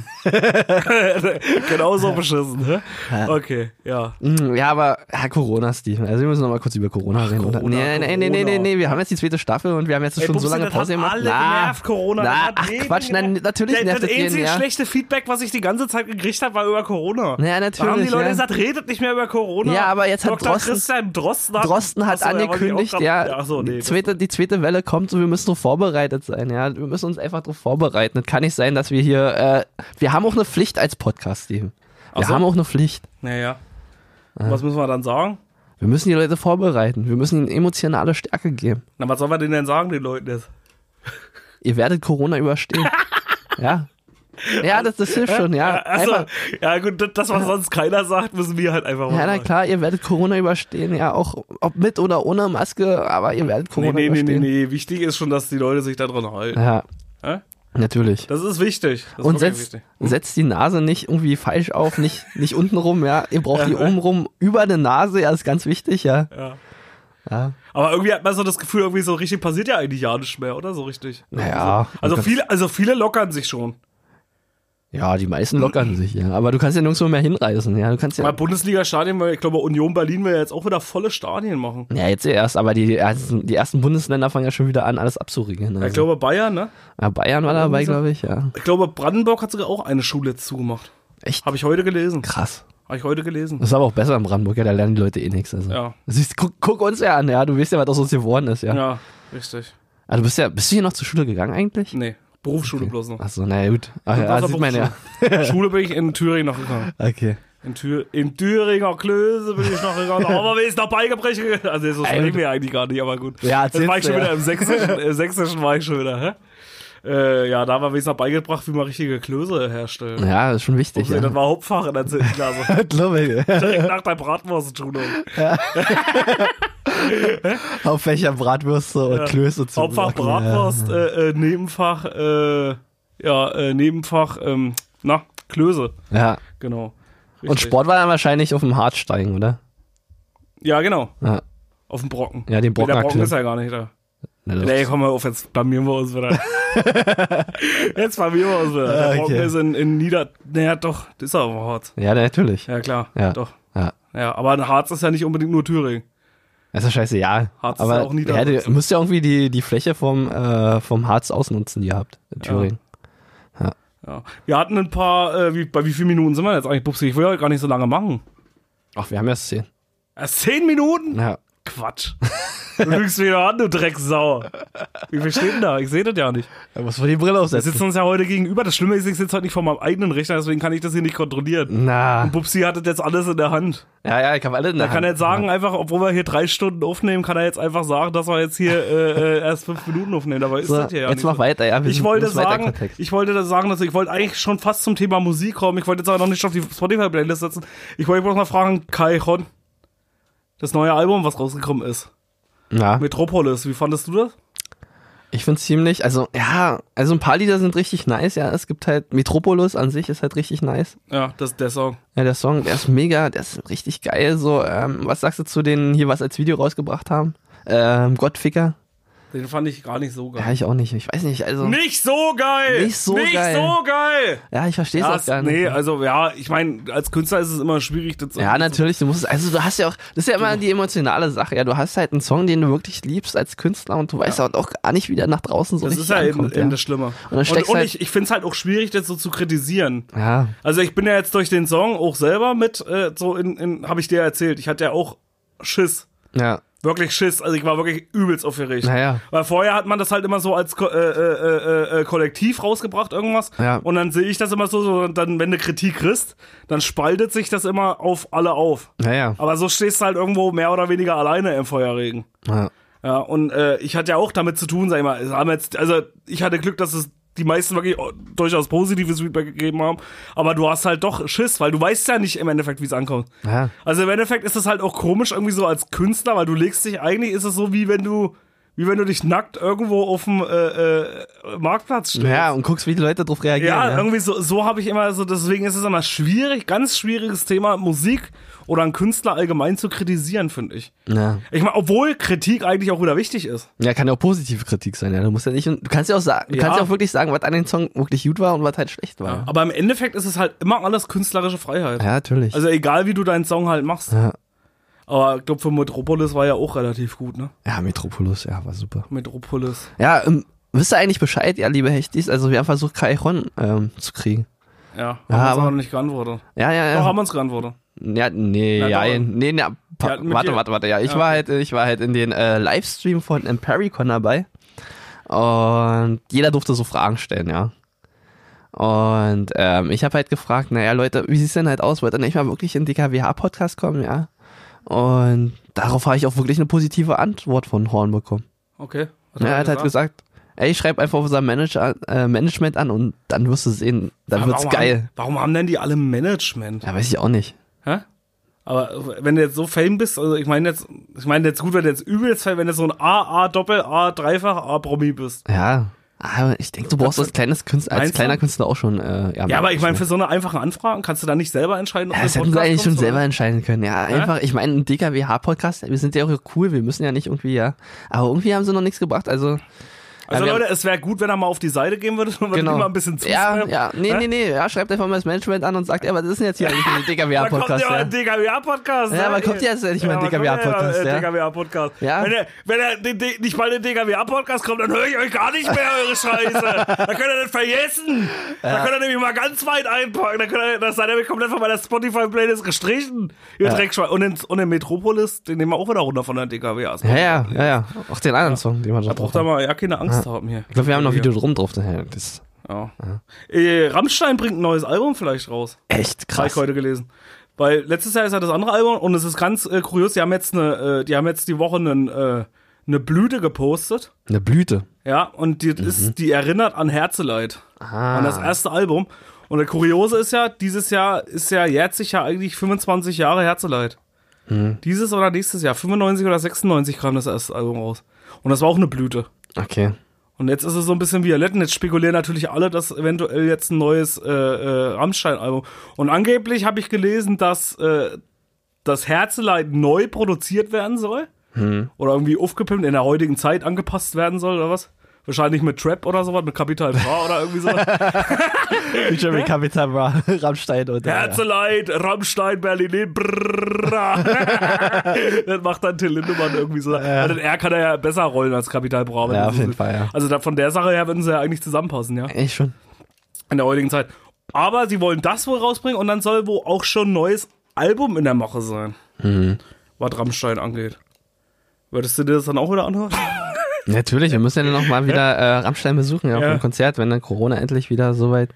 beschissen. *laughs* genauso beschissen, ne? Okay, ja. Ja, Mhm, ja aber ja, Corona, Steven. Also wir müssen noch mal kurz über Corona reden. Corona, oder? Nee, nee, nee, nee, nee, nee, wir haben jetzt die zweite Staffel und wir haben jetzt schon so Bubsi, lange das Pause haben gemacht. Alle Na, genervt, Corona. na, das hat ach jeden Quatsch, nein, genervt. natürlich Der- nervt Das das jeden, einzige ja. schlechte Feedback, was ich die ganze Zeit gekriegt habe, war über Corona. Ja, Da haben die natürlich, Leute ja. gesagt, redet nicht mehr über Corona. Ja, aber jetzt hat Dr. Drosten- Christian Drosten hat, Drosten hat Achso, ja, wollte ich auch angekündigt, grad- ja, ja achso, nee, die, das- zweite, die zweite Welle kommt und wir müssen darauf vorbereitet sein. Ja, wir müssen uns einfach darauf vorbereiten. Es kann nicht sein, dass wir hier, äh, wir haben auch eine Pflicht als Podcast, Steven. Wir Ach so. haben auch eine Pflicht. Naja. Und Was müssen wir dann sagen? Wir müssen die Leute vorbereiten. Wir müssen ihnen emotionale Stärke geben. Na, was sollen wir denen denn sagen, den Leuten jetzt? Ihr werdet *laughs* Corona überstehen. ja. Ja, das, das hilft schon, ja. Achso, Einfach, ja gut, das- das, was sonst keiner sagt, müssen wir halt einfach mal ja, na sagen. klar, ihr werdet Corona überstehen, ja, auch ob mit oder ohne Maske, aber ihr werdet Corona Nee, nee, nee, überstehen. nee, nee. Wichtig ist schon, dass die Leute sich daran halten. Ja, Hä? natürlich. Das ist wichtig. Das ist Hm? Und wirklich setzt, wichtig. setzt die Nase nicht irgendwie falsch auf, nicht, nicht unten rum, ja. Ihr braucht die oben rum über der Nase, ja, ist ganz wichtig, ja. Ja. Ja, Aber irgendwie hat man so das Gefühl, irgendwie so richtig passiert ja eigentlich ja nicht mehr, oder? So richtig. Naja, Also man kann- viele, also viele lockern sich schon. ja die meisten lockern sich, ja. Aber du kannst ja nirgendwo mehr hinreißen, ja. Du kannst Bei ja. Bundesliga-Stadien, weil ich glaube, Union Berlin will ja jetzt auch wieder volle Stadien machen. Ja, jetzt erst, aber die ersten, die ersten Bundesländer fangen ja schon wieder an, alles abzuriegeln. Ja, Ich Also. glaube, Bayern, ne? Ja, Bayern war dabei, glaube ich, ja. Ich glaube, Brandenburg hat sogar auch eine Schule jetzt zugemacht. Echt Habe ich heute gelesen. krass. Habe ich heute gelesen. *laughs* Das ist aber auch besser in Brandenburg, ja, da lernen die Leute eh nichts. Also. Ja. Siehst, guck, guck uns ja an, ja. Du weißt ja, was aus uns geworden ist, ja. Ja, richtig. Also bist ja, bist du hier noch zur Schule gegangen eigentlich? Nee, Berufsschule bloß *laughs* noch. Achso, naja, gut. Ach, Das ja, war sieht man ja. Berufsschule. Schule bin ich in Thüringen noch gegangen. Okay. In, Thür in Thüringer Klöße bin ich noch gegangen, aber wir ist noch beigebracht. Also so Ey, sprechen wir eigentlich gar nicht, aber gut. Ja, das war ich erzählst du, schon ja. wieder im Sächsischen, *laughs* im Sächsischen war ich schon wieder, hä? Äh, ja, da war wenigstens noch beigebracht, wie man richtige Klöße herstellt. Ja, ist schon wichtig. Das Ja. ne? war Hauptfach in der 10. *laughs* Klasse. Glaube ich. Direkt nach der Bratwurstschule. Auf welcher Bratwürste und Klöße zu Hauptfach blocken, Bratwurst, äh, äh, Nebenfach, äh, ja, äh, Nebenfach, ähm, na, Klöße. Ja. ja. Genau. Und Richtig. Sport war dann wahrscheinlich auf dem Hartsteigen, oder? Ja, genau. Ja. Auf dem Brocken. Ja, den Brocken Der Brocken aktuell. ist ja gar nicht da. Na, das- Nee, komm mal auf, jetzt blamieren wir uns wieder. *laughs* jetzt blamieren wir uns wieder. Der Ah, Brocken okay. ist in, in Nieder... Naja, doch, das ist ja auch Harz. Ja, natürlich. Ja, klar, Ja. doch. Ja. Ja, aber ein Harz ist ja nicht unbedingt nur Thüringen. Das ist ja scheiße, ja. Harz ist aber ja auch ja, Niedersachsen. du müsst ja irgendwie die, die Fläche vom, äh, vom Harz ausnutzen, die ihr habt in Thüringen. Ja. Wir hatten ein paar... Äh, wie, bei wie vielen Minuten sind wir jetzt eigentlich, Bubsi? Ich will ja gar nicht so lange machen. Ach, wir haben ja zehn. Erst zehn Minuten? Ja. Quatsch. *laughs* Du lügst wieder an, du Drecksau. Wie viel steht denn da? Ich sehe das ja nicht. Da muss man die Brille Wir aufsetzen. sitzen uns ja heute gegenüber. Das Schlimme ist, ich sitze heute nicht vor meinem eigenen Rechner, deswegen kann ich das hier nicht Mhm. kontrollieren. Na. Bubsi hat das jetzt alles in der Hand. Ja, ja, ich habe alle in Er der kann Hand. jetzt sagen, einfach, obwohl wir hier drei Stunden aufnehmen, kann er jetzt einfach sagen, dass wir jetzt hier äh, äh, erst fünf Minuten aufnehmen. Dabei ist So, das hier ja jetzt nicht mach so. weiter, ja. Wir Ich sind- wollte, muss weiter im sagen, Kontext. ich wollte das sagen, dass ich wollte eigentlich schon fast zum Thema Musik kommen. Ich wollte jetzt aber noch nicht auf die Spotify-Playlist setzen. Ich wollte bloß mal fragen, Kai Ron, das neue Album, was rausgekommen ist. Na, Metropolis, wie fandest du das? ich find's ziemlich, also ja, also ein paar Lieder sind richtig nice, ja. Es gibt halt Metropolis an sich ist halt richtig nice. Ja, das der Song. Ja, der Song, der ist mega, der ist richtig geil. So, ähm, was sagst du zu denen hier, was als Video rausgebracht haben? Ähm, Gottficker. Den fand ich gar nicht so geil. Ja, ich auch nicht. Ich weiß nicht. Also, Nicht so geil! Nicht so geil. so geil! ja, ich verstehe es auch Das, gar nicht. nee, also ja, ich meine, als Künstler ist es immer schwierig, das Ja, natürlich, du musst es, also du hast ja auch, das ist ja immer die emotionale Sache, ja, du hast halt einen Song, den du wirklich liebst als Künstler und du weißt ja auch gar nicht, wie der nach draußen so Das richtig ist ja eben, ankommt, eben ja. das Schlimme. dann Und, und, steckst halt- ich, ich finde es halt auch schwierig, das so zu kritisieren. ja, Also ich bin ja jetzt durch den Song auch selber mit, äh, so in, in habe ich dir erzählt, ich hatte ja auch Schiss. ja, Wirklich Schiss. Also ich war wirklich übelst aufgeregt. Naja. Weil vorher hat man das halt immer so als Ko äh, äh, äh, äh, Kollektiv rausgebracht, irgendwas. Ja. Und dann sehe ich das immer so, so, dann, wenn du Kritik kriegst, dann spaltet sich das immer auf alle auf. naja, Aber so stehst du halt irgendwo mehr oder weniger alleine im Feuerregen. ja, Ja, und äh, ich hatte ja auch damit zu tun, sag ich mal, es haben jetzt, also ich hatte Glück, dass es die meisten wirklich äh, durchaus positives Feedback gegeben haben, aber du hast halt doch Schiss, weil du weißt ja nicht im Endeffekt, wie es ankommt. ja, Also im Endeffekt ist es halt auch komisch irgendwie so als Künstler, weil du legst dich eigentlich, ist es so wie wenn du, wie wenn du dich nackt irgendwo auf dem äh, äh, Marktplatz stellst. ja, und guckst, wie die Leute drauf reagieren. Ja, Ja, irgendwie so, so habe ich immer so, deswegen ist es immer schwierig, ganz schwieriges Thema, Musik oder einen Künstler allgemein zu kritisieren, finde ich. ja. Ich meine, obwohl Kritik eigentlich auch wieder wichtig ist. ja kann ja auch positive Kritik sein, ja, du musst ja nicht, du kannst ja auch sagen, du Ja. kannst ja auch wirklich sagen, was an dem Song wirklich gut war und was halt schlecht war. Aber im Endeffekt ist es halt immer alles künstlerische Freiheit. Ja, natürlich. Also egal, wie du deinen Song halt machst. Ja. Aber ich glaube, für Metropolis war ja auch relativ gut, ne? ja, Metropolis, ja, war super. Metropolis. Ja, ähm, wisst ihr eigentlich Bescheid, ja, liebe Hechtis? Also wir haben versucht, Kai Ron ähm, zu kriegen. Ja, haben Ja, wir uns aber- aber noch nicht geantwortet. Ja, ja, ja. Doch, haben wir uns geantwortet. Ja, nee, Na, ja, doch. nee, nee, pa- Ja, mit warte, dir. Ah, warte, warte, ja. Ich Ja, war halt, ich war halt in den äh, Livestream von Impericon dabei. Und jeder durfte so Fragen stellen, ja. Und ähm, ich habe halt gefragt, naja, Leute, wie sieht's denn halt aus? Wollt ihr nicht mal wirklich in den DKWH-Podcast kommen, ja? Und darauf habe ich auch wirklich eine positive Antwort von Horn bekommen. Okay. Was Ja, er hat halt gesagt, ey, schreib einfach unser Manager, äh, Management an und dann wirst du sehen, dann Aber wird's warum geil. Haben, warum haben denn die alle Management? Ja, weiß ich auch nicht. Hä? Aber wenn du jetzt so Fame bist, also ich meine jetzt, ich meine jetzt gut, wenn du jetzt übelst Fame, wenn du so ein A, A, Doppel, A, Dreifach, A, Promi bist. Ja. Aber ich denke, du brauchst als, kleines Künstler, als Meinst du? kleiner Künstler auch schon. Äh, ja, Ja, aber ich meine, für so eine einfache Anfrage kannst du da nicht selber entscheiden, ob Ja, du das in den hätten wir Podcast eigentlich schon kommst, oder? selber entscheiden können. Ja, einfach, ich meine, ein DKWH-Podcast, wir sind ja auch cool, wir müssen ja nicht irgendwie, ja. Aber irgendwie haben sie noch nichts gebracht, also. Also ja, wir Leute, es wäre gut, wenn er mal auf die Seite gehen würde *laughs* und haben, würde genau. ihm mal ein bisschen Ja, zuschreiben. ja, nee, Hä? nee, nee, ja, schreibt einfach mal das Management an und sagt, ey, was ist denn jetzt hier eigentlich für *laughs* ein Da kommt DKWH-Podcast? ja mal Ja. ein DKWA-Podcast. Ja, aber kommt jetzt endlich mal ein DKWA-Podcast, ja. DKWA-Podcast. Ja. Wenn er, wenn er die- die- nicht mal ein DKWA-Podcast kommt, dann höre ich euch gar nicht mehr, eure Scheiße. *laughs* da könnt ihr das vergessen. Da könnt ihr nämlich mal ganz weit einpacken. Da könnt ihr, das sei nämlich komplett von meiner Spotify-Playlist gestrichen. Ihr Dreckschwein. Und, den- und den Metropolis, den nehmen wir auch wieder runter von der DKWA. Ja, ja, ja, ja. Auch den anderen Song, den man schon Braucht braucht. da mal ja keine Angst haben hier. Ich glaube, wir haben noch Video drum drauf. Ja, Das ist Ja. Äh, Rammstein bringt ein neues Album vielleicht raus. echt Habe ich krass. heute gelesen. Weil letztes Jahr ist ja das andere Album und es ist ganz äh, kurios, die haben jetzt eine, äh, die haben jetzt die Woche einen, äh, eine Blüte gepostet. Eine Blüte. Ja, und die, ist, die erinnert an Herzeleid. Mhm. Ah. An das erste Album. Und das Kuriose ist ja, dieses Jahr ist ja, jährt sich ja eigentlich 25 Jahre Herzeleid. Mhm. Dieses oder nächstes Jahr, 95 oder 96 kam das erste Album raus. Und das war auch eine Blüte. Okay. Und jetzt ist es so ein bisschen violett und jetzt spekulieren natürlich alle, dass eventuell jetzt ein neues äh, äh, Rammstein-Album. Und angeblich habe ich gelesen, dass äh, das Herzeleid neu produziert werden soll. Hm. Oder irgendwie aufgepimpt, in der heutigen Zeit angepasst werden soll oder was. Wahrscheinlich mit Trap oder sowas, mit Capital Bra oder irgendwie *laughs* so. Featuring Capital Bra, Rammstein und Herzeleid, Rammstein, Berlin, *laughs* brrrra. Das macht dann Till Lindemann irgendwie so. Ja, den R kann er ja besser rollen als Capital Bra. wenn Ja, du auf so jeden willst. Fall, ja. Also da, von der Sache her würden sie ja eigentlich zusammenpassen, ja. Echt schon. in der heutigen Zeit. Aber sie wollen das wohl rausbringen und dann soll wohl auch schon ein neues Album in der Mache sein. Mhm. Was Rammstein angeht. Würdest du dir das dann auch wieder anhören? Natürlich, wir müssen ja noch mal wieder äh, Rammstein besuchen, ja, auf Ja. dem Konzert, wenn dann Corona endlich wieder soweit.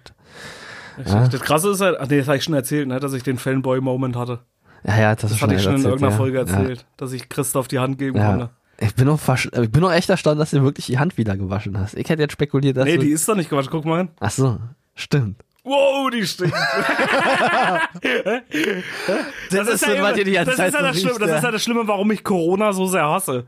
Das krasse ist halt, ach nee, das habe ich schon erzählt, ne, dass ich den Fanboy-Moment hatte. Ja, ja, das, Das hatte ich schon in irgendeiner Folge erzählt. erzählt, dass ich Christoph die Hand geben Ja. konnte. Ja. Ich bin, auch versch- ich bin auch echt erstaunt, dass du wirklich die Hand wieder gewaschen hast. Ich hätte jetzt spekuliert, dass Nee, du. die ist doch nicht gewaschen, guck mal hin. Ach so, stimmt. Wow, die stinkt. Das, ja was ihr die immer- ganze das Zeit ist ja das so Schlimme, riecht, das ist ja ja. das Schlimme, warum ich Corona so sehr hasse.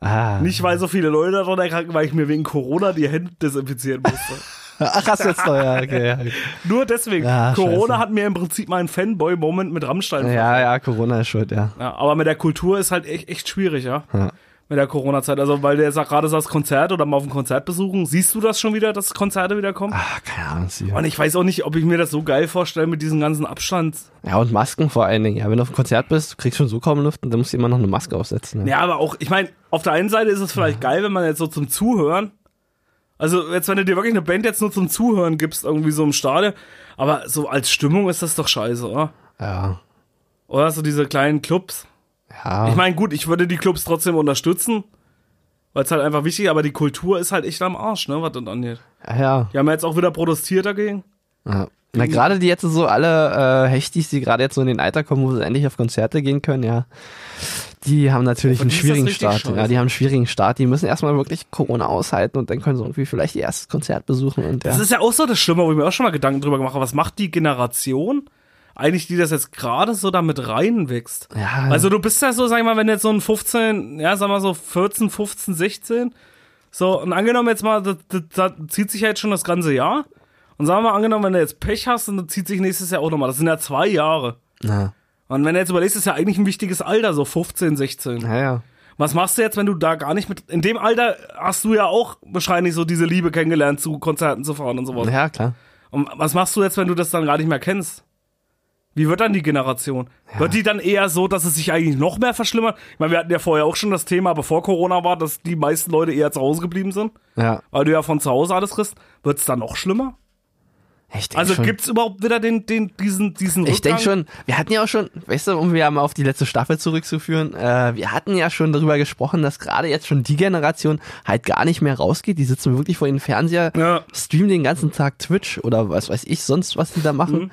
ah. Nicht, weil so viele Leute daran erkranken, weil ich mir wegen Corona die Hände desinfizieren musste. Ach, hast du jetzt noch, ja, okay. Ja, *laughs* okay. Nur deswegen. Ja, Corona scheiße. hat mir im Prinzip meinen Fanboy-Moment mit Rammstein. ja, ja, Corona ist schuld, ja. Ja, aber mit der Kultur ist halt echt, echt schwierig, ja? Ja. mit der Corona-Zeit? Also, weil du jetzt auch gerade sagst, Konzert oder mal auf ein Konzert besuchen. Siehst du das schon wieder, dass Konzerte wieder kommen? Ach, Ah, keine Ahnung. Sie- Und ich weiß auch nicht, ob ich mir das so geil vorstelle mit diesem ganzen Abstand. Ja, und Masken vor allen Dingen. Ja, wenn du auf ein Konzert bist, du kriegst schon so kaum Luft und dann musst du immer noch eine Maske aufsetzen. ne? Ja. Ja, aber auch, ich meine, auf der einen Seite ist es vielleicht geil, wenn man jetzt so zum Zuhören. Also, jetzt, wenn du dir wirklich eine Band jetzt nur zum Zuhören gibst, irgendwie so im Stadion. Aber so als Stimmung ist das doch scheiße, oder? Ja. Oder so diese kleinen Clubs. ja. Ich meine, gut, ich würde die Clubs trotzdem unterstützen. Weil es halt einfach wichtig ist, aber die Kultur ist halt echt am Arsch, ne, was das angeht. ja, ja. Die haben ja jetzt auch wieder protestiert dagegen. ja. Na, gerade die jetzt so alle äh, Hechtis, die gerade jetzt so in den Alter kommen, wo sie endlich auf Konzerte gehen können, ja. Die haben natürlich Für einen die ist das schwierigen richtig Start. scheiße. Ja, die haben einen schwierigen Start. Die müssen erstmal wirklich Corona aushalten und dann können sie irgendwie vielleicht ihr erstes Konzert besuchen. Und, ja. Das ist ja auch so das Schlimme, wo ich mir auch schon mal Gedanken drüber gemacht habe. Was macht die Generation eigentlich, die das jetzt gerade so damit reinwächst? Ja. Also du bist ja so, sag ich mal, wenn jetzt so ein 15, ja, sag mal so 14, 15, 16, so, und angenommen jetzt mal, da, da, da zieht sich ja jetzt schon das ganze Jahr. Und sagen wir mal, angenommen, wenn du jetzt Pech hast, dann zieht sich nächstes Jahr auch nochmal. Das sind ja zwei Jahre. ja. Und wenn du jetzt überlegst, ist ja eigentlich ein wichtiges Alter, so 15, 16. Ja, ja. Was machst du jetzt, wenn du da gar nicht mit. In dem Alter hast du ja auch wahrscheinlich so diese Liebe kennengelernt, zu Konzerten zu fahren und sowas. ja, klar. Und was machst du jetzt, wenn du das dann gar nicht mehr kennst? Wie wird dann die Generation? Wird die dann eher so, dass es sich eigentlich noch mehr verschlimmert? Ich meine, wir hatten ja vorher auch schon das Thema, bevor Corona war, dass die meisten Leute eher zu Hause geblieben sind, Ja. weil du ja von zu Hause alles kriegst. Wird es dann noch schlimmer? Ich denke Also schon. gibt es überhaupt wieder den, den, diesen, diesen Ich denke Rückgang? schon, wir hatten ja auch schon, weißt du, um wieder mal auf die letzte Staffel zurückzuführen, äh, wir hatten ja schon darüber gesprochen, dass gerade jetzt schon die Generation halt gar nicht mehr rausgeht. Die sitzen wirklich vor ihrem Fernseher, Ja. streamen den ganzen Tag Twitch oder was weiß ich sonst, was die da machen. Mhm.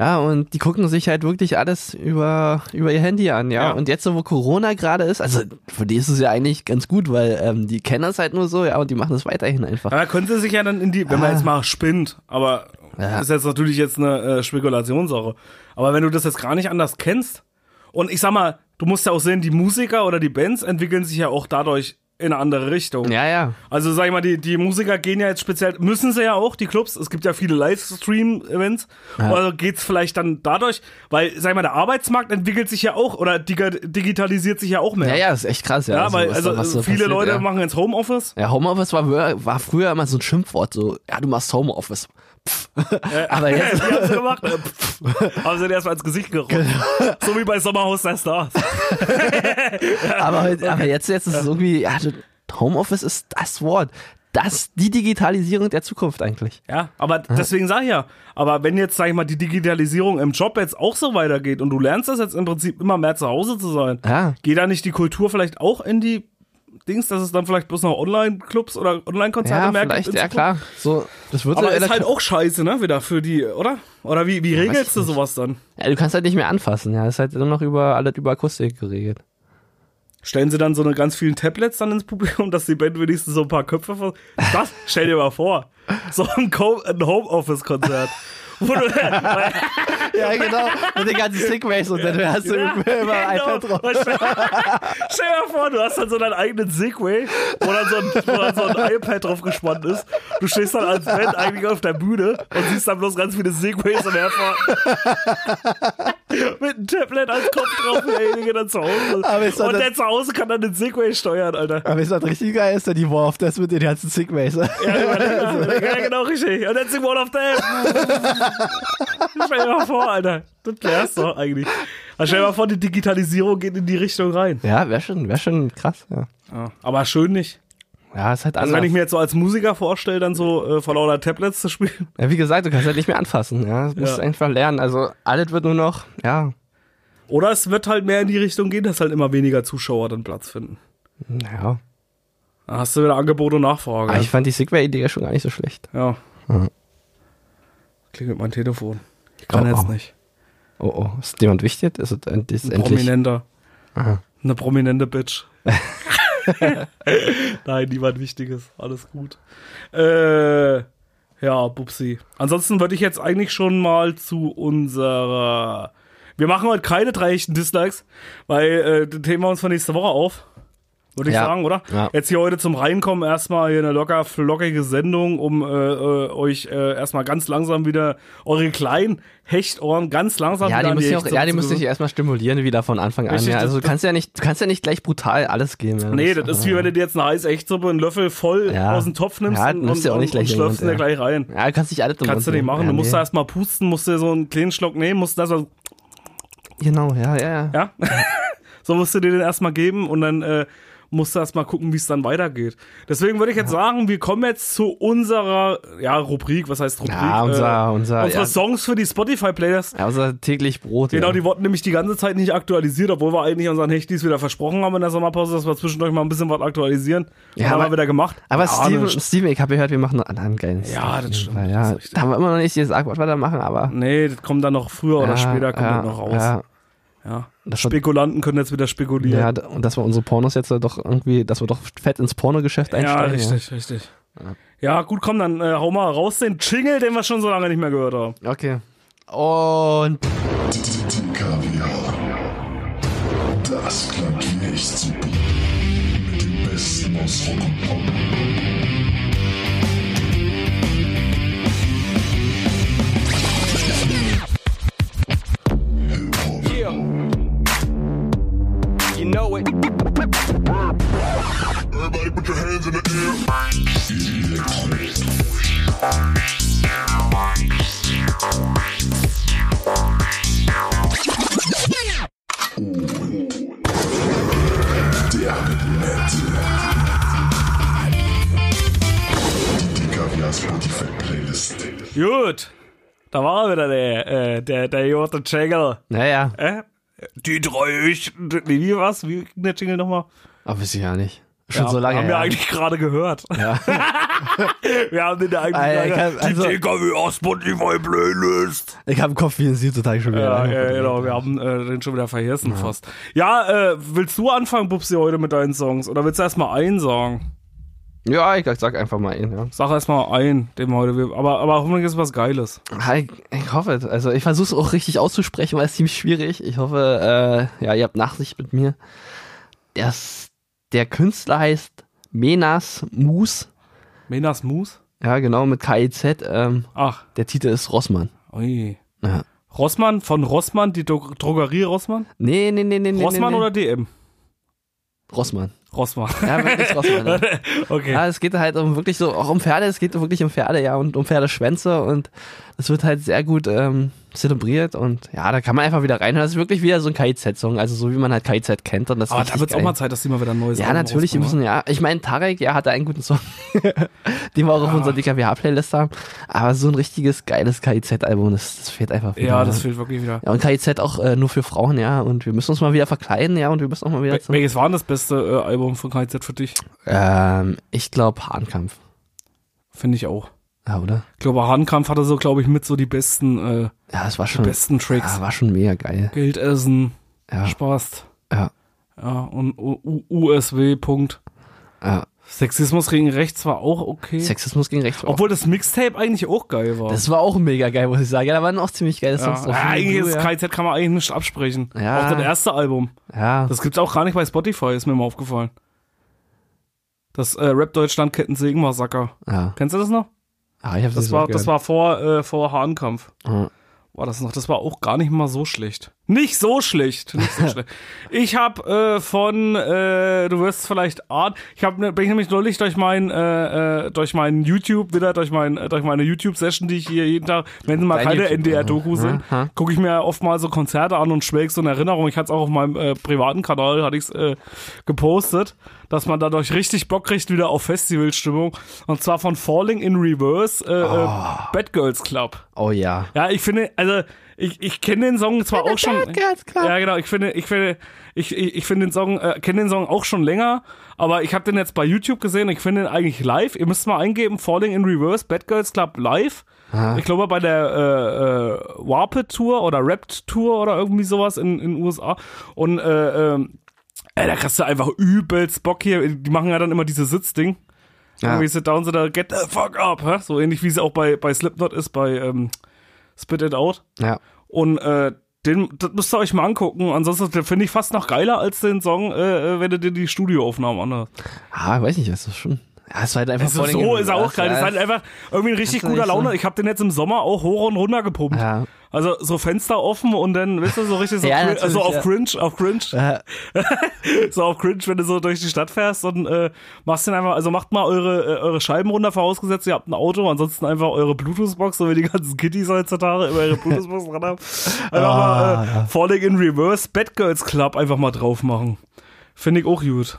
Ja, und die gucken sich halt wirklich alles über, über ihr Handy an, ja. Ja. Und jetzt, so, wo Corona gerade ist, also für die ist es ja eigentlich ganz gut, weil ähm, die kennen das halt nur so, ja, und die machen das weiterhin einfach. Aber können sie sich ja dann in die, wenn man Ah. jetzt mal spinnt, aber Ja. das ist jetzt natürlich jetzt eine äh, Spekulationssache. Aber wenn du das jetzt gar nicht anders kennst, und ich sag mal, du musst ja auch sehen, die Musiker oder die Bands entwickeln sich ja auch dadurch in eine andere Richtung. Ja, ja. Also sag ich mal, die, die Musiker gehen ja jetzt speziell, müssen sie ja auch, die Clubs, es gibt ja viele Livestream-Events, also geht's vielleicht dann dadurch, weil, sag ich mal, der Arbeitsmarkt entwickelt sich ja auch oder diga- digitalisiert sich ja auch mehr. Ja, ja, ist echt krass, ja. Ja, weil was da- also, was da viele passiert, Leute ja. machen jetzt Homeoffice. Ja, Homeoffice war, wö- war früher immer so ein Schimpfwort, so, ja, du machst Homeoffice. Pff. *laughs* Aber Die *laughs* jetzt, haben sie gemacht. Äh, pff. haben sie dir erstmal ins Gesicht gerollt. Genau. so wie bei Sommerhaus der Stars. aber, aber jetzt, jetzt ist es irgendwie, ja, du- Homeoffice ist das Wort. Das, die Digitalisierung der Zukunft eigentlich. Ja, aber deswegen sag ich ja, aber wenn jetzt, sag ich mal, die Digitalisierung im Job jetzt auch so weitergeht und du lernst das jetzt im Prinzip immer mehr zu Hause zu sein, Ja. geht da nicht die Kultur vielleicht auch in die Dings, dass es dann vielleicht bloß noch Online-Clubs oder Online-Konzerte Ja, mehr vielleicht, gibt? in ja Zukunft? klar. Also So, das wird Aber so ist halt elektronisch- auch scheiße, ne, wieder für die, oder? Oder wie, wie weiß ich regelst du sowas dann? ja, du kannst halt nicht mehr anfassen, ja. Ist halt nur noch über, alles über Akustik geregelt. Stellen sie dann so eine ganz vielen Tablets dann ins Publikum, dass die Band wenigstens so ein paar Köpfe von. Das stell dir mal vor. So ein, Co- ein Homeoffice-Konzert. Wo *laughs* du- Ja, genau. Mit den ganzen Stickways und dann hast *laughs* Ja, genau. Stell stell *laughs* dir mal vor, du hast dann so deinen eigenen Segway, wo dann so ein, wo dann so ein iPad drauf gespannt ist. Du stehst dann als Band eigentlich auf der Bühne und siehst dann bloß ganz viele Segways im Herfahren. *laughs* Mit einem Tablet als Kopf drauf und derjenige dann zu Hause. Aber ist doch und das- der zu Hause kann dann den Segway steuern, Alter. Aber ist das richtig geil, ist dann die War of Death mit den ganzen Stickways. Ja, überleg mal. ja, genau, richtig. Und jetzt die Wall of Death. Stell dir mal vor, Alter. Das wär's doch eigentlich. Aber stell dir mal vor, die Digitalisierung geht in die Richtung rein. Ja, wäre schon, wär schon krass, ja. Aber schön nicht. Ah. Ja, ist halt anders. Also wenn ich mir jetzt so als Musiker vorstelle, dann so äh, vor lauter Tablets zu spielen. Ja, wie gesagt, du kannst halt nicht mehr anfassen, ja. Du musst Ja. einfach lernen. Also alles wird nur noch, ja, Oder es wird halt mehr in die Richtung gehen, dass halt immer weniger Zuschauer dann Platz finden. naja. Da hast du wieder Angebot und Aber Nachfrage. Ah, ich fand die Sigway-Idee ja schon gar nicht so schlecht. ja. Mhm. Klingelt mein Telefon. Ich kann Oh, jetzt oh. nicht. Oh oh, ist jemand wichtig? Ist es end- ist Ein endlich. Prominenter. Aha. Eine prominente Bitch. *laughs* Nein, niemand Wichtiges. Alles gut. Äh, ja, Bubsi. Ansonsten würde ich jetzt eigentlich schon mal zu unserer. Wir machen heute keine drei echten Dislikes, weil äh, das Thema uns von nächster Woche auf. würde ich Ja. sagen, oder? Ja. Jetzt hier heute zum Reinkommen erstmal hier eine locker flockige Sendung, um äh, äh, euch äh, erstmal ganz langsam wieder eure kleinen Hechtohren ganz langsam Ja, wieder die an die müssen ja auch, Hechte ja, die zu- müssen dich erstmal stimulieren wieder von Anfang an. Richtig, Ja. das- Also du kannst ja nicht, du kannst ja nicht gleich brutal alles geben. Ja. Nee, das ist wie wenn du dir jetzt eine heiße Echtsuppe einen Löffel voll Ja. aus dem Topf nimmst Ja, und, nimmst und, du auch und, nicht und gleich in den schlürfst ihn Mund, da gleich rein. Ja, kannst dich alles um Kannst du nicht machen, du musst da erstmal pusten, musst dir so einen kleinen Schluck nehmen, musst das so, Genau, ja, ja, ja. ja, so musst du dir den erstmal geben und dann äh, musst du erstmal gucken, wie es dann weitergeht. Deswegen würde ich jetzt sagen, wir kommen jetzt zu unserer, ja, Rubrik, was heißt Rubrik? Äh, Ja, unser- unser- unsere ja. Songs für die Spotify-Playlists. Ja, unser Also, täglich Brot. Genau, ja. die wurden nämlich die ganze Zeit nicht aktualisiert, obwohl wir eigentlich unseren Hechtis wieder versprochen haben in der Sommerpause, dass wir zwischendurch mal ein bisschen was aktualisieren. Ja, Ja, haben wir aber- wieder gemacht. Aber ja, Steven, Mensch. Steven, ich habe gehört, wir machen einen anderen geilen Song auf das jeden stimmt, Fall, ja. das ist richtig. Da haben wir immer noch nicht gesagt, was wir da machen, aber. Nee, das kommt dann noch früher oder ja, später kommt ja, das noch raus. Ja, Ja. das wird, Spekulanten können jetzt wieder spekulieren. ja, d- und dass wir unsere Pornos jetzt doch irgendwie, dass wir doch fett ins Pornogeschäft Ja, einsteigen. richtig, richtig. Ja, gut, komm, dann äh, hau mal raus den Jingle, den wir schon so lange nicht mehr gehört haben. Ja. Okay. Und Kaviar. Das klang hier echt super. Mit dem Besten aus Rock und Pop. Hip-Hop. You know it. Everybody put your hands in the air. Electro. Und der Metal. Die Kaviar Spotify Playlist. Gut. Da war er wieder, der, äh, der, der Jote Jingle. naja, Äh? Die drei Echten. Nee, wie was? Wie ging der Jingle nochmal? aber weiß ich ja nicht. Schon so lange. Haben her. wir eigentlich gerade gehört. *laughs* *laughs* wir haben den da eigentlich Ah, ja, gerade ich hab- also- Die TKW Spotify Playlist. ich habe Kopf wie ein Sie total schon Ja, wieder. ja, genau, wir haben äh, den schon wieder vergessen fast. Ja, äh, willst du anfangen, Bubsi, heute mit deinen Songs? Oder willst du erstmal einen sagen? ja, ich sag einfach mal ihn, ja. Sag erstmal einen, den wir heute. Aber, aber hoffentlich ist was Geiles. Ja, Ich, ich hoffe, es. also ich versuche es auch richtig auszusprechen, weil es ist ziemlich schwierig. Ich hoffe, äh, ja, ihr habt Nachsicht mit mir. Das, der Künstler heißt Menas Moose. Menas Moose? Ja, genau, mit KIZ. Ähm, Ach, der Titel ist Rossmann. ui. Ja. Rossmann von Rossmann, die Dro Drogerie Rossmann? Nee, nee, nee, nee. nee, Rossmann nee, nee. oder DM? Rossmann. Rossmann. Ja, *laughs* wirklich Rossmann. ja. okay. Ja, es geht halt um wirklich so, auch um Pferde, es geht wirklich um Pferde, ja, und um Pferdeschwänze und es wird halt sehr gut ähm, zelebriert und ja, da kann man einfach wieder reinhören. Das ist wirklich wieder so ein KIZ-Song, also so wie man halt KIZ kennt und das ist aber richtig da wird es auch geil. mal Zeit, dass die mal wieder ein neues Ja, Album natürlich, die rausbringen, müssen, ja. Ich meine, Tarek, ja, hatte einen guten Song, *laughs* den wir auch auf unserer DKWH-Playlist haben, aber so ein richtiges, geiles KIZ-Album, das, das fehlt einfach wieder. ne? Ja, das fehlt wirklich wieder. ja, und KIZ auch äh, nur für Frauen, ja, und wir müssen uns mal wieder verkleiden, ja, und wir müssen auch mal wieder Wel- zum, Welches war denn das beste äh, Album von KZ für dich? ähm, ich glaube, Hahnkampf, Finde ich auch. ja, oder? Ich glaube, Hahnkampf hatte so, glaube ich, mit so die besten, äh, Ja, das war die schon, besten Tricks. ja, Ah, war schon mega geil. Geld essen, Ja. Spaß. Ja. Ja, und U U USW, Punkt. Ja. Sexismus gegen Rechts war auch okay. Sexismus gegen rechts. war Mhm. Obwohl das Mixtape eigentlich auch geil war. auch, das war auch mega geil, muss ich sagen. Ja, da waren auch ziemlich geile ja. Songs Ja, drauf. eigentlich ist ja. KZ kann man eigentlich nicht absprechen. Ja. Auch das erste Album. ja. Das gibt's auch gar nicht bei Spotify, ist mir mal aufgefallen. Das äh, Rap Deutschland Kettensägen Massaker. ja. Kennst du das noch? Ah, ich hab's Das nicht war, so Ah. das war vor, äh, vor Hahnkampf. war. War das noch? Das war auch gar nicht mal so schlecht. Nicht so schlecht. Nicht *laughs* so schlecht. Ich habe äh, von, äh, du wirst es vielleicht ahnen, ich hab, ne- bin ich nämlich neulich durch mein, äh, äh, durch meinen YouTube, wieder durch, mein, äh, durch meine YouTube-Session, die ich hier jeden Tag, wenn mal Dein keine YouTube, NDR-Doku aha, sind, aha. gucke ich mir oft mal so Konzerte an und schwelg so in Erinnerung. Ich hatte es auch auf meinem äh, privaten Kanal, hatte ich's äh, gepostet, dass man dadurch richtig Bock kriegt wieder auf Festivalstimmung. Und zwar von Falling in Reverse, äh, äh, Ah. Bad Girls Club. Oh ja. Ja, ich finde, also ich, ich kenne den Song zwar auch schon. ganz klar. Ja, genau, ich finde, ich finde, ich, ich, ich finde den Song, äh, kenne den Song auch schon länger, aber ich habe den jetzt bei YouTube gesehen, ich finde den eigentlich live. Ihr müsst mal eingeben, Falling in Reverse, Bad Girls Club live. Ich glaube bei der äh, äh, Warped Tour oder Rapt Tour oder irgendwie sowas in in USA. Und äh, ähm, ey, da kriegst du einfach übelst Bock hier. Die machen ja dann immer dieses Sitzding. Ja. Irgendwie sit down, sit down, get the fuck up. Hä? So ähnlich wie es auch bei, bei Slipknot ist, bei ähm, Spit It Out. Ja. Und äh, Den, das müsst ihr euch mal angucken. Ansonsten finde ich fast noch geiler als den Song, äh, wenn du dir die Studioaufnahmen anhörst. Ah, weiß nicht, das ist schon. Ja, es war halt einfach Also vor den so Gemüse. ist er auch geil. Ja, Das ist halt einfach irgendwie ein richtig Hast du guter nicht so- Laune. Ich habe den jetzt im Sommer auch hoch und runter gepumpt. Ja. Also so Fenster offen und dann, weißt du, so richtig so, Ja, crin- natürlich, so auf ja. Cringe, auf Cringe, Ja. *laughs* so auf Cringe, wenn du so durch die Stadt fährst und äh, machst den einfach, also macht mal eure, äh, eure Scheiben runter, vorausgesetzt ihr habt ein Auto, ansonsten einfach eure Bluetooth-Box, so wie die ganzen Kitties heutzutage immer ihre Bluetooth-Box dran *laughs* haben. Ah, Einfach mal äh, Falling in Reverse, Bad Girls Club einfach mal drauf machen. Finde ich auch gut.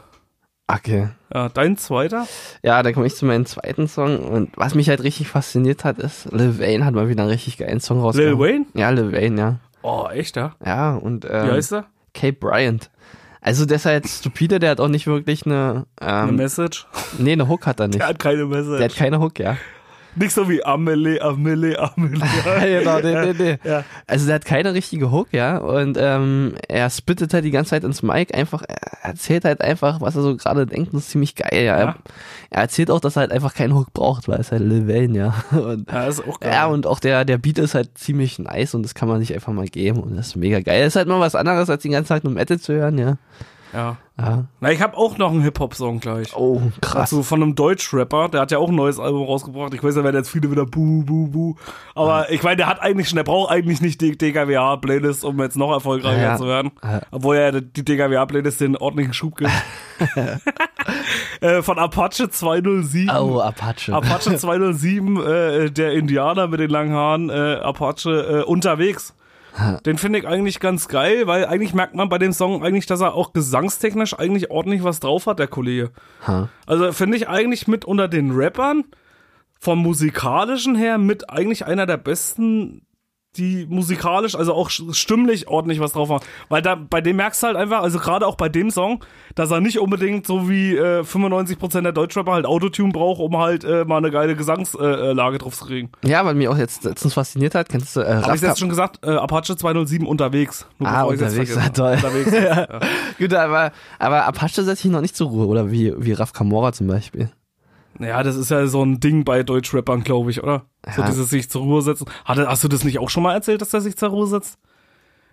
Okay. Ja, dein zweiter? Ja, dann komme ich zu meinem zweiten Song und was mich halt richtig fasziniert hat, ist, Lil Wayne hat mal wieder einen richtig geilen Song rausgebracht. Lil Wayne? Ja, Lil Wayne, ja. Oh, echt, ja? Ja, und Wie ähm, heißt er? Kate Bryant. Also der ist halt stupide, der hat auch nicht wirklich eine, Eine ähm, Message? *laughs* nee, eine Hook hat er nicht. Er hat keine Der Message. hat keine Hook, ja. Nicht so wie Amelie, Amelie, *laughs* Ja, Amelie. genau, nee, nee, nee. Ja. Also der hat keine richtige Hook, ja. Und ähm, er spittet halt die ganze Zeit ins Mic, einfach, er erzählt halt einfach, was er so gerade denkt, das ist ziemlich geil, ja. Ja. Er erzählt auch, dass er halt einfach keinen Hook braucht, weil es halt Lil Wayne, ja. *laughs* Und, Ja, ist auch geil. ja, und auch der, der Beat ist halt ziemlich nice und das kann man sich einfach mal geben und das ist mega geil. Ist halt mal was anderes, als den ganzen Tag nur Metal zu hören, ja. ja. ja. Na, ich habe auch noch einen Hip-Hop-Song gleich. Oh, krass. Also von einem Deutsch-Rapper, der hat ja auch ein neues Album rausgebracht. Ich weiß, da werden jetzt viele wieder buh, buh, buh. Aber ich meine, der hat eigentlich schon, der braucht eigentlich nicht die DKWH-Playlist, um jetzt noch erfolgreicher Ja. zu werden. Ja. Obwohl ja die DKWH-Playlist den ordentlichen Schub *laughs* gibt. äh, von Apache 207. oh, Apache. Apache 207, äh, der Indianer mit den langen Haaren, äh, Apache äh, unterwegs. Den finde ich eigentlich ganz geil, weil eigentlich merkt man bei dem Song eigentlich, dass er auch gesangstechnisch eigentlich ordentlich was drauf hat, der Kollege. Ha. Also finde ich eigentlich mit unter den Rappern vom musikalischen her mit eigentlich einer der besten, die musikalisch, also auch sch- stimmlich ordentlich was drauf haben. Weil da bei dem merkst du halt einfach, also gerade auch bei dem Song, dass er nicht unbedingt so wie äh, 95% der Deutschrapper halt Autotune braucht, um halt äh, mal eine geile Gesangslage äh, Lage drauf zu kriegen. Ja, weil mich auch jetzt letztens fasziniert hat, kennst du äh, Habe ich Rasta- jetzt schon gesagt, äh, Apache 207 unterwegs. Nur Ah, bevor ich's unterwegs, jetzt ah, vergesse. *laughs* toll. unterwegs. ja. Gut, aber, aber Apache setzt sich noch nicht zur Ruhe, oder wie, wie Raf Kamora zum Beispiel. Ja, das ist ja so ein Ding bei Deutschrappern, glaube ich, oder? So Ja. dieses sich zur Ruhe setzen. Hat, er- hast du das nicht auch schon mal erzählt, dass er sich zur Ruhe setzt?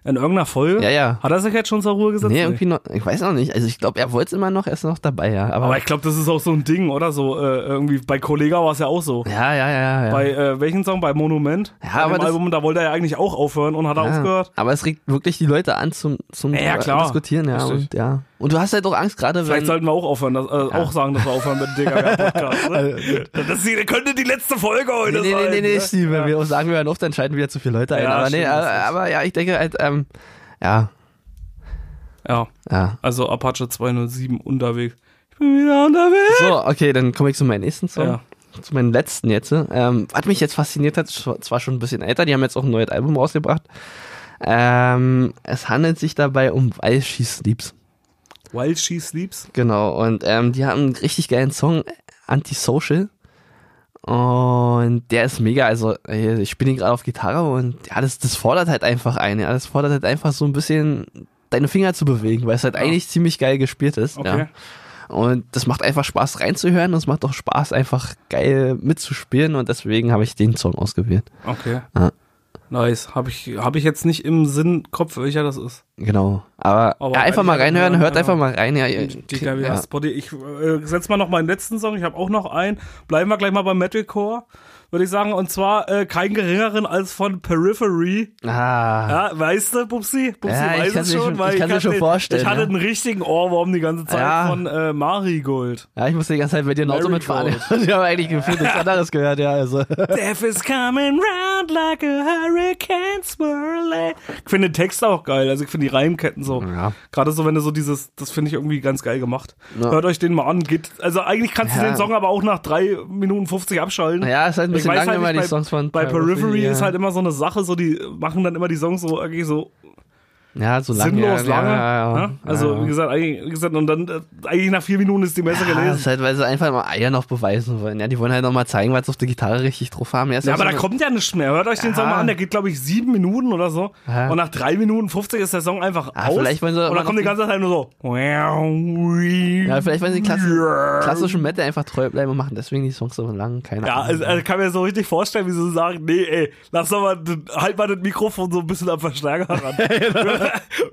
In irgendeiner Folge? Ja, ja. Hat er sich jetzt schon zur Ruhe gesetzt? Nee, irgendwie noch, ich weiß noch nicht. Also ich glaube, er wollte es immer noch, er ist noch dabei, ja. Aber, Aber ich glaube, das ist auch so ein Ding, oder? So äh, irgendwie bei Kollega war es ja auch so. ja, ja, ja, ja. Bei äh, welchem Song? Bei Monument? Ja, Bei aber dem das- Album, da wollte er ja eigentlich auch aufhören und hat er ja. aufgehört. Aber es regt wirklich die Leute an zum, zum Ja, ja, klar. Diskutieren, ja. Richtig. Und, ja. und du hast halt auch Angst, gerade Vielleicht wenn. sollten wir auch aufhören, dass, äh, auch sagen, dass wir aufhören mit dem *laughs* DKW-Podcast. Ne? das ist, könnte die letzte Folge heute Nee, Also, nee, sein. nee, nee, nee, ne? Steve, wenn wir auch sagen, wir hören auf, dann schalten wieder zu viele Leute ein. Ja, aber nee, stimmt, das aber, ist- aber ja, ich denke halt, ähm, ja, Ja, ja. also Apache 207 unterwegs. Ich bin wieder unterwegs. So, okay, dann komme ich zu meinem nächsten Song. Ja. Zu meinem letzten jetzt. Ähm, was mich jetzt fasziniert hat, ist zwar schon ein bisschen älter, die haben jetzt auch ein neues Album rausgebracht. Ähm, es handelt sich dabei um Weil She Sleeps. While She Sleeps. Genau, und ähm, die haben einen richtig geilen Song, Antisocial. Und der ist mega, also ey, ich spiele ihn gerade auf Gitarre und ja, das, das fordert halt einfach ein, ja, das fordert halt einfach so ein bisschen deine Finger zu bewegen, weil es halt eigentlich ziemlich geil gespielt ist. Okay. Ja. Und das macht einfach Spaß reinzuhören und es macht auch Spaß, einfach geil mitzuspielen und deswegen habe ich den Song ausgewählt. Okay. Ja. Nice. Habe ich, hab ich jetzt nicht im Sinn, Kopf, welcher das ist. Genau. Aber, Aber ja, einfach eigentlich mal halt reinhören, hören, hört ja. einfach mal rein. Ja, ihr- DKW ja. Spotty. Ich äh, setze mal noch meinen letzten Song. Ich habe auch noch einen. Bleiben wir gleich mal beim Metalcore, würde ich sagen. Und zwar äh, keinen geringeren als von Periphery. Ah. Ja, weißt du, Bubsi? Bubsi Ja, ich weiß kann's es mir schon. schon- weil ich kann's mir hatte- schon vorstellen, Ich hatte ja. einen richtigen Ohrwurm die ganze Zeit Ja. von äh, Marigold. Ja, ich muss die ganze Zeit bei dir ein Auto Marigold. mitfahren. *laughs* Ich habe eigentlich gefühlt nichts anderes gehört, ja. Also. Death is coming round like a hurricane swirling. Ich finde den Text auch geil. Also ich finde die Reimketten so. Ja. Gerade so, wenn du so dieses, das finde ich irgendwie ganz geil gemacht. Ja. Hört euch den mal an. Geht, also eigentlich kannst du Ja. den Song aber auch nach 3 Minuten 50 abschalten. Ja, ist halt ein Ich bisschen weiß lang, halt wenn man nicht, die Songs von bei Periphery ja. ist halt immer so eine Sache, so die machen dann immer die Songs so irgendwie so Ja, so lange. sinnlos ja, lange. Ja, ja, ja. ne? Also, wie ja. gesagt, eigentlich, wie gesagt, und dann äh, eigentlich nach vier Minuten ist die Messe Ja, das gelesen. ist halt, weil sie einfach mal Eier noch beweisen wollen. Ja, die wollen halt noch mal zeigen, was sie auf der Gitarre richtig drauf haben. Ja, ist Ja, auch aber so da eine- kommt ja nichts mehr. Hört euch den Ja. Song mal an, der geht, glaube ich, sieben Minuten oder so. Ja. Und nach drei Minuten 50 ist der Song einfach Ah, aus. vielleicht wollen sie und immer dann kommt noch die ganze Zeit nur so. Ja, Ja, vielleicht wollen sie den klassischen, klassischen Metal einfach treu bleiben und machen deswegen die Songs so lang. Keine Ja, Ahnung. also, also kann mir so richtig vorstellen, wie sie so sagen, nee, ey, lass doch mal, d- halt mal das Mikrofon so ein bisschen am Verstärker *laughs* ran. wir,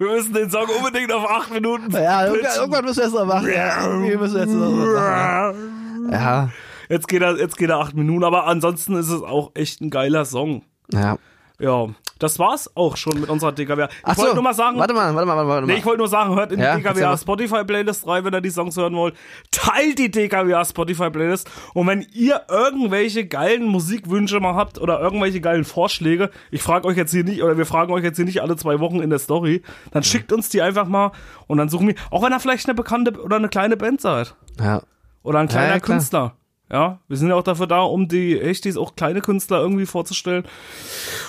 wir müssen den Song unbedingt auf acht Minuten ja, irgendwann, pitchen. irgendwann müssen wir es noch machen. Ja, irgendwie müssen wir es noch machen. Ja, Jetzt geht er, jetzt geht er acht Minuten, aber ansonsten ist es auch echt ein geiler Song. ja. Ja, das war's auch schon mit unserer DKW. Ich Ach so, wollte nur mal sagen, Warte mal, warte mal, warte mal. nee, ich wollte nur sagen, hört in Ja, die erzähl DKWA mal. Spotify-Playlist rein, wenn ihr die Songs hören wollt. Teilt die DKWA Spotify-Playlist. Und wenn ihr irgendwelche geilen Musikwünsche mal habt oder irgendwelche geilen Vorschläge, ich frage euch jetzt hier nicht, oder wir fragen euch jetzt hier nicht alle zwei Wochen in der Story, dann schickt uns die einfach mal und dann suchen wir, auch wenn ihr vielleicht eine bekannte oder eine kleine Band seid ja. oder ein kleiner ja, klar. Künstler. Ja, wir sind ja auch dafür da, um die Echtis, auch kleine Künstler irgendwie vorzustellen.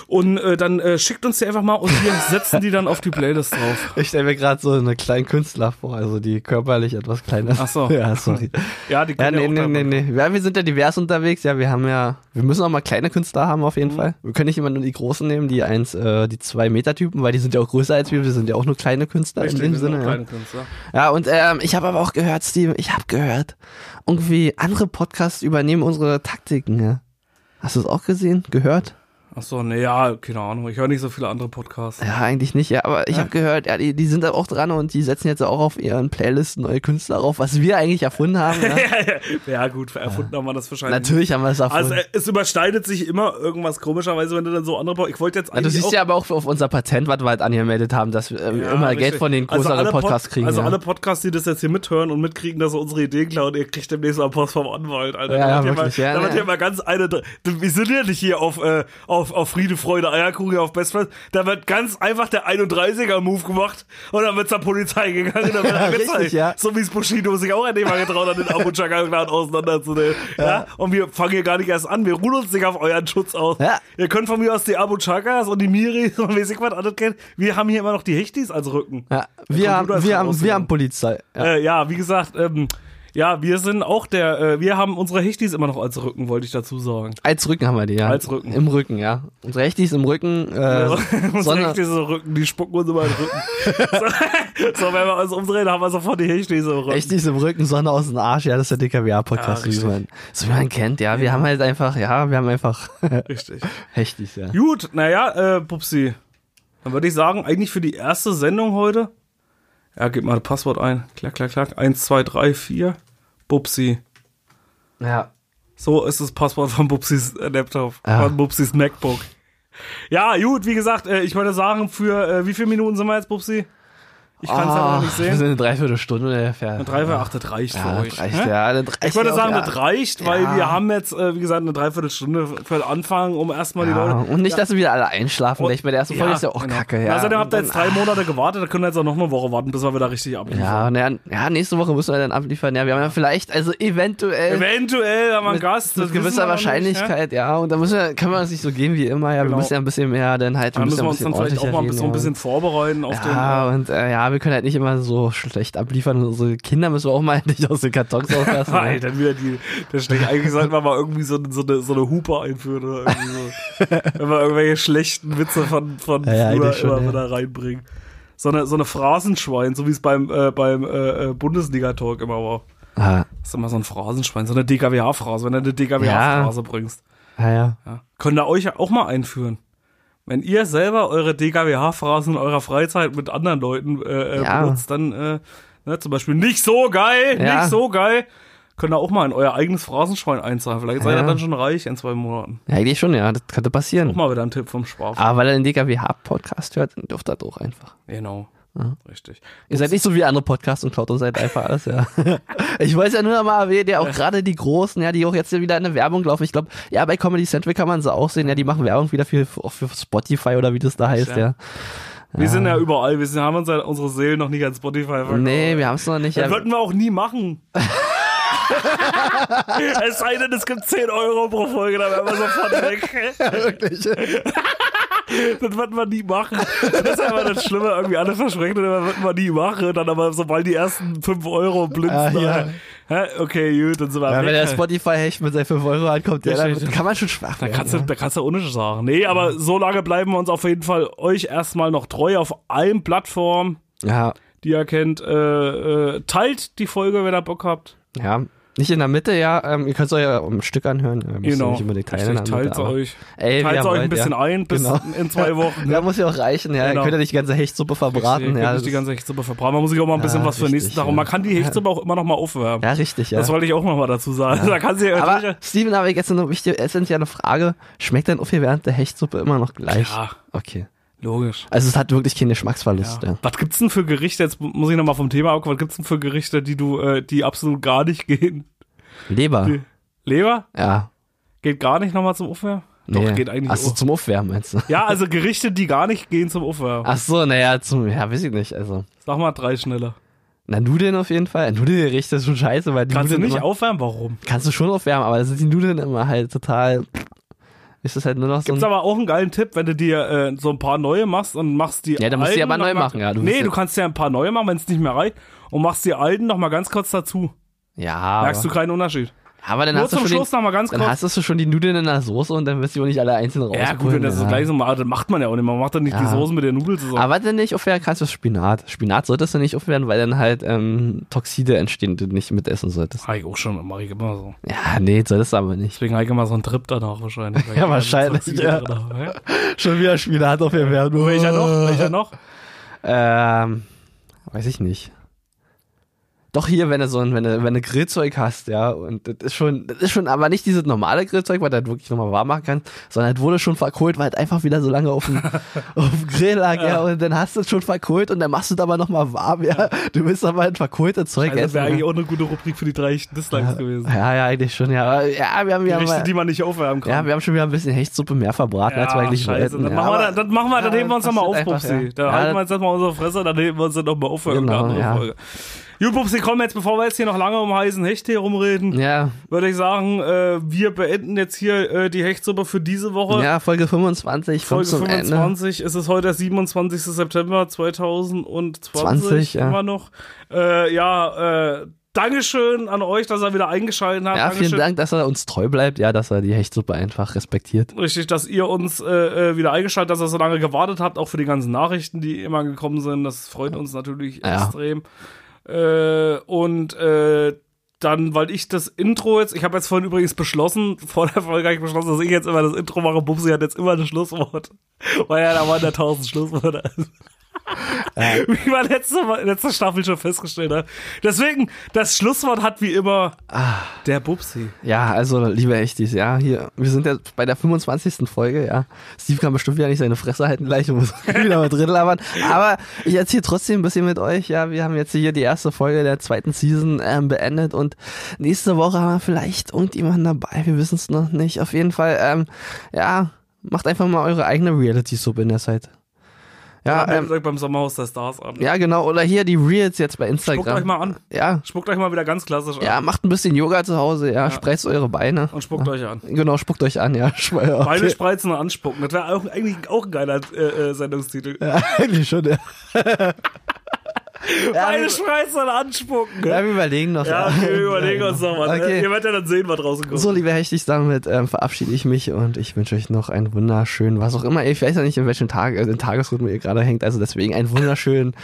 Und äh, dann äh, schickt uns die einfach mal und *laughs* wir setzen die dann auf die Playlist drauf. Ich stelle mir gerade so einen kleinen Künstler vor, also die körperlich etwas kleiner ist. Ach so. *laughs* Ja, sorry. Ja, die Ja, können ja, nee, auch da- nee, nee, nee. Ja, wir sind ja divers unterwegs. Ja, wir haben ja, wir müssen auch mal kleine Künstler haben auf jeden Mhm. Fall. Wir können nicht immer nur die großen nehmen, die eins, äh, die zwei Meter Typen, weil die sind ja auch größer als wir. Wir sind ja auch nur kleine Künstler Richtig, in dem wir sind Sinne. auch ja. kleine Künstler. Ja, und ähm, ich habe aber auch gehört, Steven, ich habe gehört, irgendwie andere Podcasts übernehmen unsere Taktiken. Ja. Hast du es auch gesehen, gehört? Ach so, nee, ja, keine Ahnung. Ich höre nicht so viele andere *laughs* Podcasts. Ja, eigentlich nicht, ja, aber ich habe gehört, ja, die, die sind da auch dran und die setzen jetzt auch auf ihren Playlisten neue Künstler rauf, was wir eigentlich erfunden haben. *laughs* Ja. *laughs* ja, gut, erfunden haben wir das wahrscheinlich. Natürlich haben wir es erfunden. Also äh, es überschneidet sich immer irgendwas komischerweise, wenn du dann so andere... Pod- Ich wollte jetzt Ja, du eigentlich siehst auch ja aber auch auf unser Patent, was wir halt angemeldet haben, dass wir ähm, Ja, richtig. immer Also Geld von den größeren alle Pod- Podcasts kriegen. Also ja. alle Podcasts, die das jetzt hier mithören und mitkriegen, dass sie unsere Ideen klauen, ihr kriegt demnächst mal einen Post vom Anwalt, Alter. Ja, da ja, wird hier wirklich, mal, ja, da wird ja. hier mal ganz eine. dr- Wir sind ja nicht hier auf, äh, auf, auf Friede, Freude, Eierkuchen, hier auf Best Friends. Da wird ganz einfach der 31er-Move gemacht und dann wird zur Polizei gegangen. *laughs* Dann wird Ja, angezeigt. richtig, ja. So wie es Bushido sich auch endlich mal getraut hat, den abu clan auseinanderzunehmen. Ja. Und wir fangen hier gar nicht erst an. Wir ruhen uns nicht auf euren Schutz aus. Ja. Ihr könnt von mir aus die abu und die Miris und wie sich was anderes kennen. Wir haben hier immer noch die Hechtis als Rücken. ja, Der wir, haben, Computer ist schon wir, haben, wir haben rausgegangen. Polizei. Ja. Äh, ja, wie gesagt, ähm, ja, wir sind auch der, äh, wir haben unsere Hechtis immer noch als Rücken, wollte ich dazu sagen. Als Rücken haben wir die, ja. Als Rücken. Im Rücken, ja. Und rechtlich ist im Rücken. *laughs* Äh, Also, unsere Sonne, Hechtis im Rücken, die spucken uns immer in den *laughs* Rücken. so, so, wenn wir uns umdrehen, haben wir sofort die Hechtis im Rücken. rechtlich ist im Rücken, Sonne aus dem Arsch. Ja, das ist der Ja, DKWA-Podcast, wie richtig. man, Ah, so wie man kennt. Ja, wir haben halt einfach, ja, wir haben einfach *laughs* Richtig. rechtlich, ja. Gut, naja, äh, Pupsi. Dann würde ich sagen, eigentlich für die erste Sendung heute. Ja, gib mal das Passwort ein. Klack, klack, klack. Eins, zwei, drei, vier. Bubsi. Ja. So ist das Passwort von Bubsis äh, Laptop, Ja. von Bubsis MacBook. Ja, gut, wie gesagt, äh, ich würde sagen, für äh, wie viele Minuten sind wir jetzt, Bubsi? Ich kann es aber noch nicht Ah. Wir sehen. sind eine Dreiviertelstunde ungefähr. Eine Dreiviertel, ach, das reicht ja, für das euch. reicht, hä? ja, das reicht Ich würde auch, sagen, ja. das reicht, weil Ja. wir haben jetzt, äh, wie gesagt, eine Dreiviertelstunde für den Anfang, um erstmal die Ja, Leute. und nicht, dass wir wieder alle einschlafen. Und- Gleich bei der ersten Folge ist ja auch genau. kacke. Ja. Außerdem habt ihr Und jetzt dann- drei Monate gewartet, da können wir jetzt auch noch eine Woche warten, bis wir wieder richtig abliefern. Ja, na, ja, ja, nächste Woche müssen wir dann abliefern. Ja, wir haben ja vielleicht, also eventuell. Eventuell haben wir einen mit, Gast. mit das wissen gewisser wir noch nicht, ne? hä? Wahrscheinlichkeit, ja. Und dann müssen wir, können wir uns nicht so gehen wie immer. Ja, Genau. wir müssen ja ein bisschen mehr dann halt. Dann müssen wir uns ja ein dann vielleicht auch bisschen mal ein bisschen, ein ordentlicher bisschen vorbereiten auf reden, den. Ja, ja und äh, ja, wir können halt nicht immer so schlecht abliefern. Und unsere Kinder müssen wir auch mal *laughs* nicht aus den Kartons ne? auflassen. Nein, ja. dann wieder die. Der Stech, eigentlich sollten wir mal irgendwie so, so, eine, so eine Hupe einführen oder irgendwie *laughs* so. Wenn wir irgendwelche schlechten Witze von, von Ja, ja, früher eigentlich schon, immer ja. wieder reinbringen. So eine, so eine Phrasenschwein, so wie es beim, äh, beim äh, äh, Bundesliga-Talk immer war. Ah, Das ist immer so ein Phrasenschwein, so eine DKWH-Phrase, wenn du eine DKWH-Phrase bringst. ja, ja. Ja. Könnt ihr euch ja auch mal einführen. Wenn ihr selber eure DKWH-Phrasen in eurer Freizeit mit anderen Leuten äh, äh, Ja. benutzt, dann äh, ne, zum Beispiel nicht so geil, Ja. nicht so geil, könnt ihr auch mal in euer eigenes Phrasenschwein einzahlen. Vielleicht seid ihr Ja. dann schon reich in zwei Monaten. Ja, eigentlich schon, ja. Das könnte Auch passieren. mal wieder ein Tipp vom Schwab. Aber weil er den DKWH-Podcast hört, dann dürft ihr das auch einfach. Genau. Richtig. Ihr seid nicht so wie andere Podcasts und klaut uns halt einfach alles, ja. *laughs* Ich weiß ja nur noch mal erwähnen, ja auch gerade die Großen, ja, die auch jetzt wieder in der Werbung laufen. Ich glaube, ja, bei Comedy Central kann man sie auch sehen, ja, die machen Werbung wieder für, auch für Spotify oder wie das da heißt, ja. Wir sind ja überall, wir sind, haben uns ja unsere Seelen noch nicht an Spotify verkauft. Nee, wir haben es noch nicht. Das Ja, würden wir auch nie machen. *laughs* es *laughs* sei denn, es gibt 10 Euro pro Folge, dann wären wir sofort weg. wirklich. *laughs* das wird man nie machen. Das ist ja immer das Schlimme, irgendwie alle versprechen, das wird man nie machen. Dann aber sobald die ersten 5 Euro blinzen, Ah, ja. Alter. Hä? okay, gut, dann sind wir Ja, wenn weg. der Spotify-Hecht mit seinen 5 Euro ankommt, ja, Ja, dann stimmt. kann man schon schwach werden. Kannst du, da kannst du ohne sagen. Nee, aber so lange bleiben wir uns auf jeden Fall euch erstmal noch treu auf allen Plattformen, ja. die ihr kennt. Äh, äh, teilt die Folge, wenn ihr Bock habt. ja. Nicht in der Mitte, ja. Ähm, ihr könnt es euch ja ein Stück anhören. Ihr müsst Genau. nicht unbedingt teilen. in der Richtig, Mitte, Teilt's aber- euch. Ey, wie Teilt's ihr euch ein wollt, bisschen ja. ein bis Genau. in *laughs* zwei Wochen. Da muss ja auch reichen, ja. Genau. Ihr könnt ja nicht die ganze Hechtsuppe verbraten. Richtig, Ja, nicht das, die ganze Hechtsuppe verbrauchen. Man muss sich auch mal ein bisschen Ja, was für den richtig, nächsten Tag. ja. Und man kann die Hechtsuppe auch immer noch mal aufwärmen. ja richtig, ja. Das wollte ich auch noch mal dazu sagen. *laughs* Da kann sie ja aber Steven, habe ich jetzt eine wichtige, essentielle Frage. Schmeckt denn aufgewärmte Hechtsuppe immer noch gleich? Ja, Okay. logisch. Also es hat wirklich keinen Geschmacksverlust, ja. Was gibt's denn für Gerichte? Jetzt muss ich noch mal vom Thema abkommen. Was gibt's denn für Gerichte, die du, äh, die absolut gar nicht *laughs* gehen? Leber, Die- Leber? ja. Geht gar nicht nochmal zum Aufwärmen? Doch, geht eigentlich Ach so, auch. zum Aufwärmen meinst du? Ja, also Gerichte, die gar nicht gehen zum Aufwärmen. Ach so, naja, zum, ja, weiß ich nicht, also. Sag mal drei schneller. Na, Nudeln auf jeden Fall. Nudelgericht ist schon scheiße, weil die Kannst du Nudeln nicht immer, aufwärmen? Warum? Kannst du schon aufwärmen, aber da sind die Nudeln immer halt total, ist das halt nur noch so Gibt's ein, aber auch einen geilen Tipp, wenn du dir äh, so ein paar neue machst und machst die Ja, dann musst du die alten aber noch neu mal- machen, ja, du musst nee, ja- du kannst dir ein paar neue machen, wenn es nicht mehr reicht und machst die alten noch mal ganz kurz dazu. ja, Merkst du aber, keinen Unterschied. aber dann Nur hast du zum schon Schluss den, noch mal ganz dann kurz. hast du schon die Nudeln in der Soße und dann wirst du auch nicht alle einzeln rausholen. Ja, gut, wenn das so gleich so macht, das macht man ja auch nicht. Man macht dann nicht die Ja. Soßen mit der Nudel zusammen. Aber wenn du nicht aufwärmen kannst, ist Spinat. Spinat solltest du nicht aufwärmen, weil dann halt ähm, Toxide entstehen, die du nicht mitessen solltest. Habe ich auch schon, mache ich immer so. Ja, nee, solltest du aber nicht. Deswegen habe ich immer so einen Trip danach wahrscheinlich. weil ich Ja, wahrscheinlich, keine Toxine ja. drin habe, ja. Schon wieder Spinat aufgewärmt. Welcher noch? Welcher noch? Ähm, weiß ich nicht. Doch hier, wenn du so ein, wenn du, wenn du Grillzeug hast, ja, und das ist schon, das ist schon aber nicht dieses normale Grillzeug, weil du das wirklich nochmal warm machen kannst, sondern das wurde schon verkohlt, weil es einfach wieder so lange *laughs* auf dem, auf dem Grill lag, ja. und dann hast du es schon verkohlt und dann machst du es aber nochmal warm, ja. Du willst aber ein verkohltes Zeug Also das wäre essen. ne? eigentlich auch eine gute Rubrik für die drei echten Dislikes gewesen. Ja, ja, eigentlich schon, ja. Aber, Ja, wir haben, wir haben, Gerichte, die ja, man nicht aufwärmen kann. wir haben schon wieder ein bisschen Hechtsuppe mehr verbraten, als wir eigentlich scheiße. wollten. Dann ja, machen wir, aber- dann, dann machen wir, dann Ja, heben wir uns das nochmal auf, passiert Bupsi. einfach, ja. Dann Ja, halten das- wir uns erstmal unsere Fresse, dann heben wir uns dann nochmal auf für Genau, irgendeine andere ja. Folge. Gut, Bupsi, komm, jetzt bevor wir jetzt hier noch lange um heißen Hecht hier rumreden, ja, würde ich sagen, äh, wir beenden jetzt hier äh, die Hechtsuppe für diese Woche. ja, Folge 25 kommt Folge zum Ende. 25, es ist heute der 27. September 2020, 20, ja. immer noch. Äh, ja, äh, Dankeschön an euch, dass ihr wieder eingeschaltet habt. Ja, Dankeschön, vielen Dank, dass er uns treu bleibt. Ja, dass er die Hechtsuppe einfach respektiert. Richtig, dass ihr uns äh, äh, wieder eingeschaltet habt, dass ihr so lange gewartet habt, auch für die ganzen Nachrichten, die immer gekommen sind. Das freut uns natürlich Ja. extrem. Äh, und äh, dann, weil ich das Intro jetzt, ich habe jetzt vorhin übrigens beschlossen, *laughs* vor der Folge habe ich beschlossen, dass ich jetzt immer das Intro mache. Bubsi hat jetzt immer das Schlusswort, *laughs* weil er da mal in der 1000 Schlusswörter *laughs* ist. *laughs* Wie wir letzte, letzte Staffel schon festgestellt haben. Deswegen, das Schlusswort hat wie immer Ah. der Bubsi. Ja, also, liebe Hechtis, ja, hier, wir sind jetzt bei der 25. Folge, ja. Steve kann bestimmt wieder nicht seine Fresse halten gleich und muss *laughs* wieder mal drin labern. Aber ich erzähle trotzdem ein bisschen mit euch, ja. Wir haben jetzt hier die erste Folge der zweiten Season ähm, beendet und nächste Woche haben wir vielleicht irgendjemanden dabei. Wir wissen es noch nicht. Auf jeden Fall, ähm, ja, macht einfach mal eure eigene Reality-Suppe in der Zeit. Ja, Ja, ähm, gesagt, beim Sommerhaus der Stars an. ja, genau. Oder hier die Reels jetzt bei Instagram. Guckt euch mal an. Ja, Spuckt euch mal wieder ganz klassisch an Ja, macht ein bisschen Yoga zu Hause, ja, spreizt eure Beine. und spuckt euch *laughs* an. Genau, spuckt euch an, ja. *laughs* Sch- okay. Beine spreizen und anspucken. Das wäre auch, eigentlich auch ein geiler äh, äh, Sendungstitel. Ja, *laughs* eigentlich schon, ja. ja, Beine wir, spreizen und anspucken. ja, Ja, wir überlegen noch. okay, wir überlegen *laughs* Ja, uns genau. noch was. ne? Okay. Ihr werdet ja dann sehen, was draußen kommt. So, liebe Hechtig, damit ähm, verabschiede ich mich und ich wünsche euch noch einen wunderschönen, was auch immer. Ich weiß ja nicht, in welchem Tag, also in Tagesrhythmus ihr gerade hängt, also deswegen einen wunderschönen,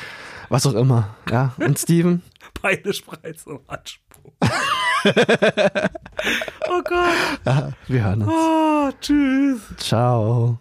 was auch immer. Ja, und Steven, Beine spreizen und *laughs* anspucken. oh Gott. wir hören uns. *laughs* Ah, tschüss. Ciao.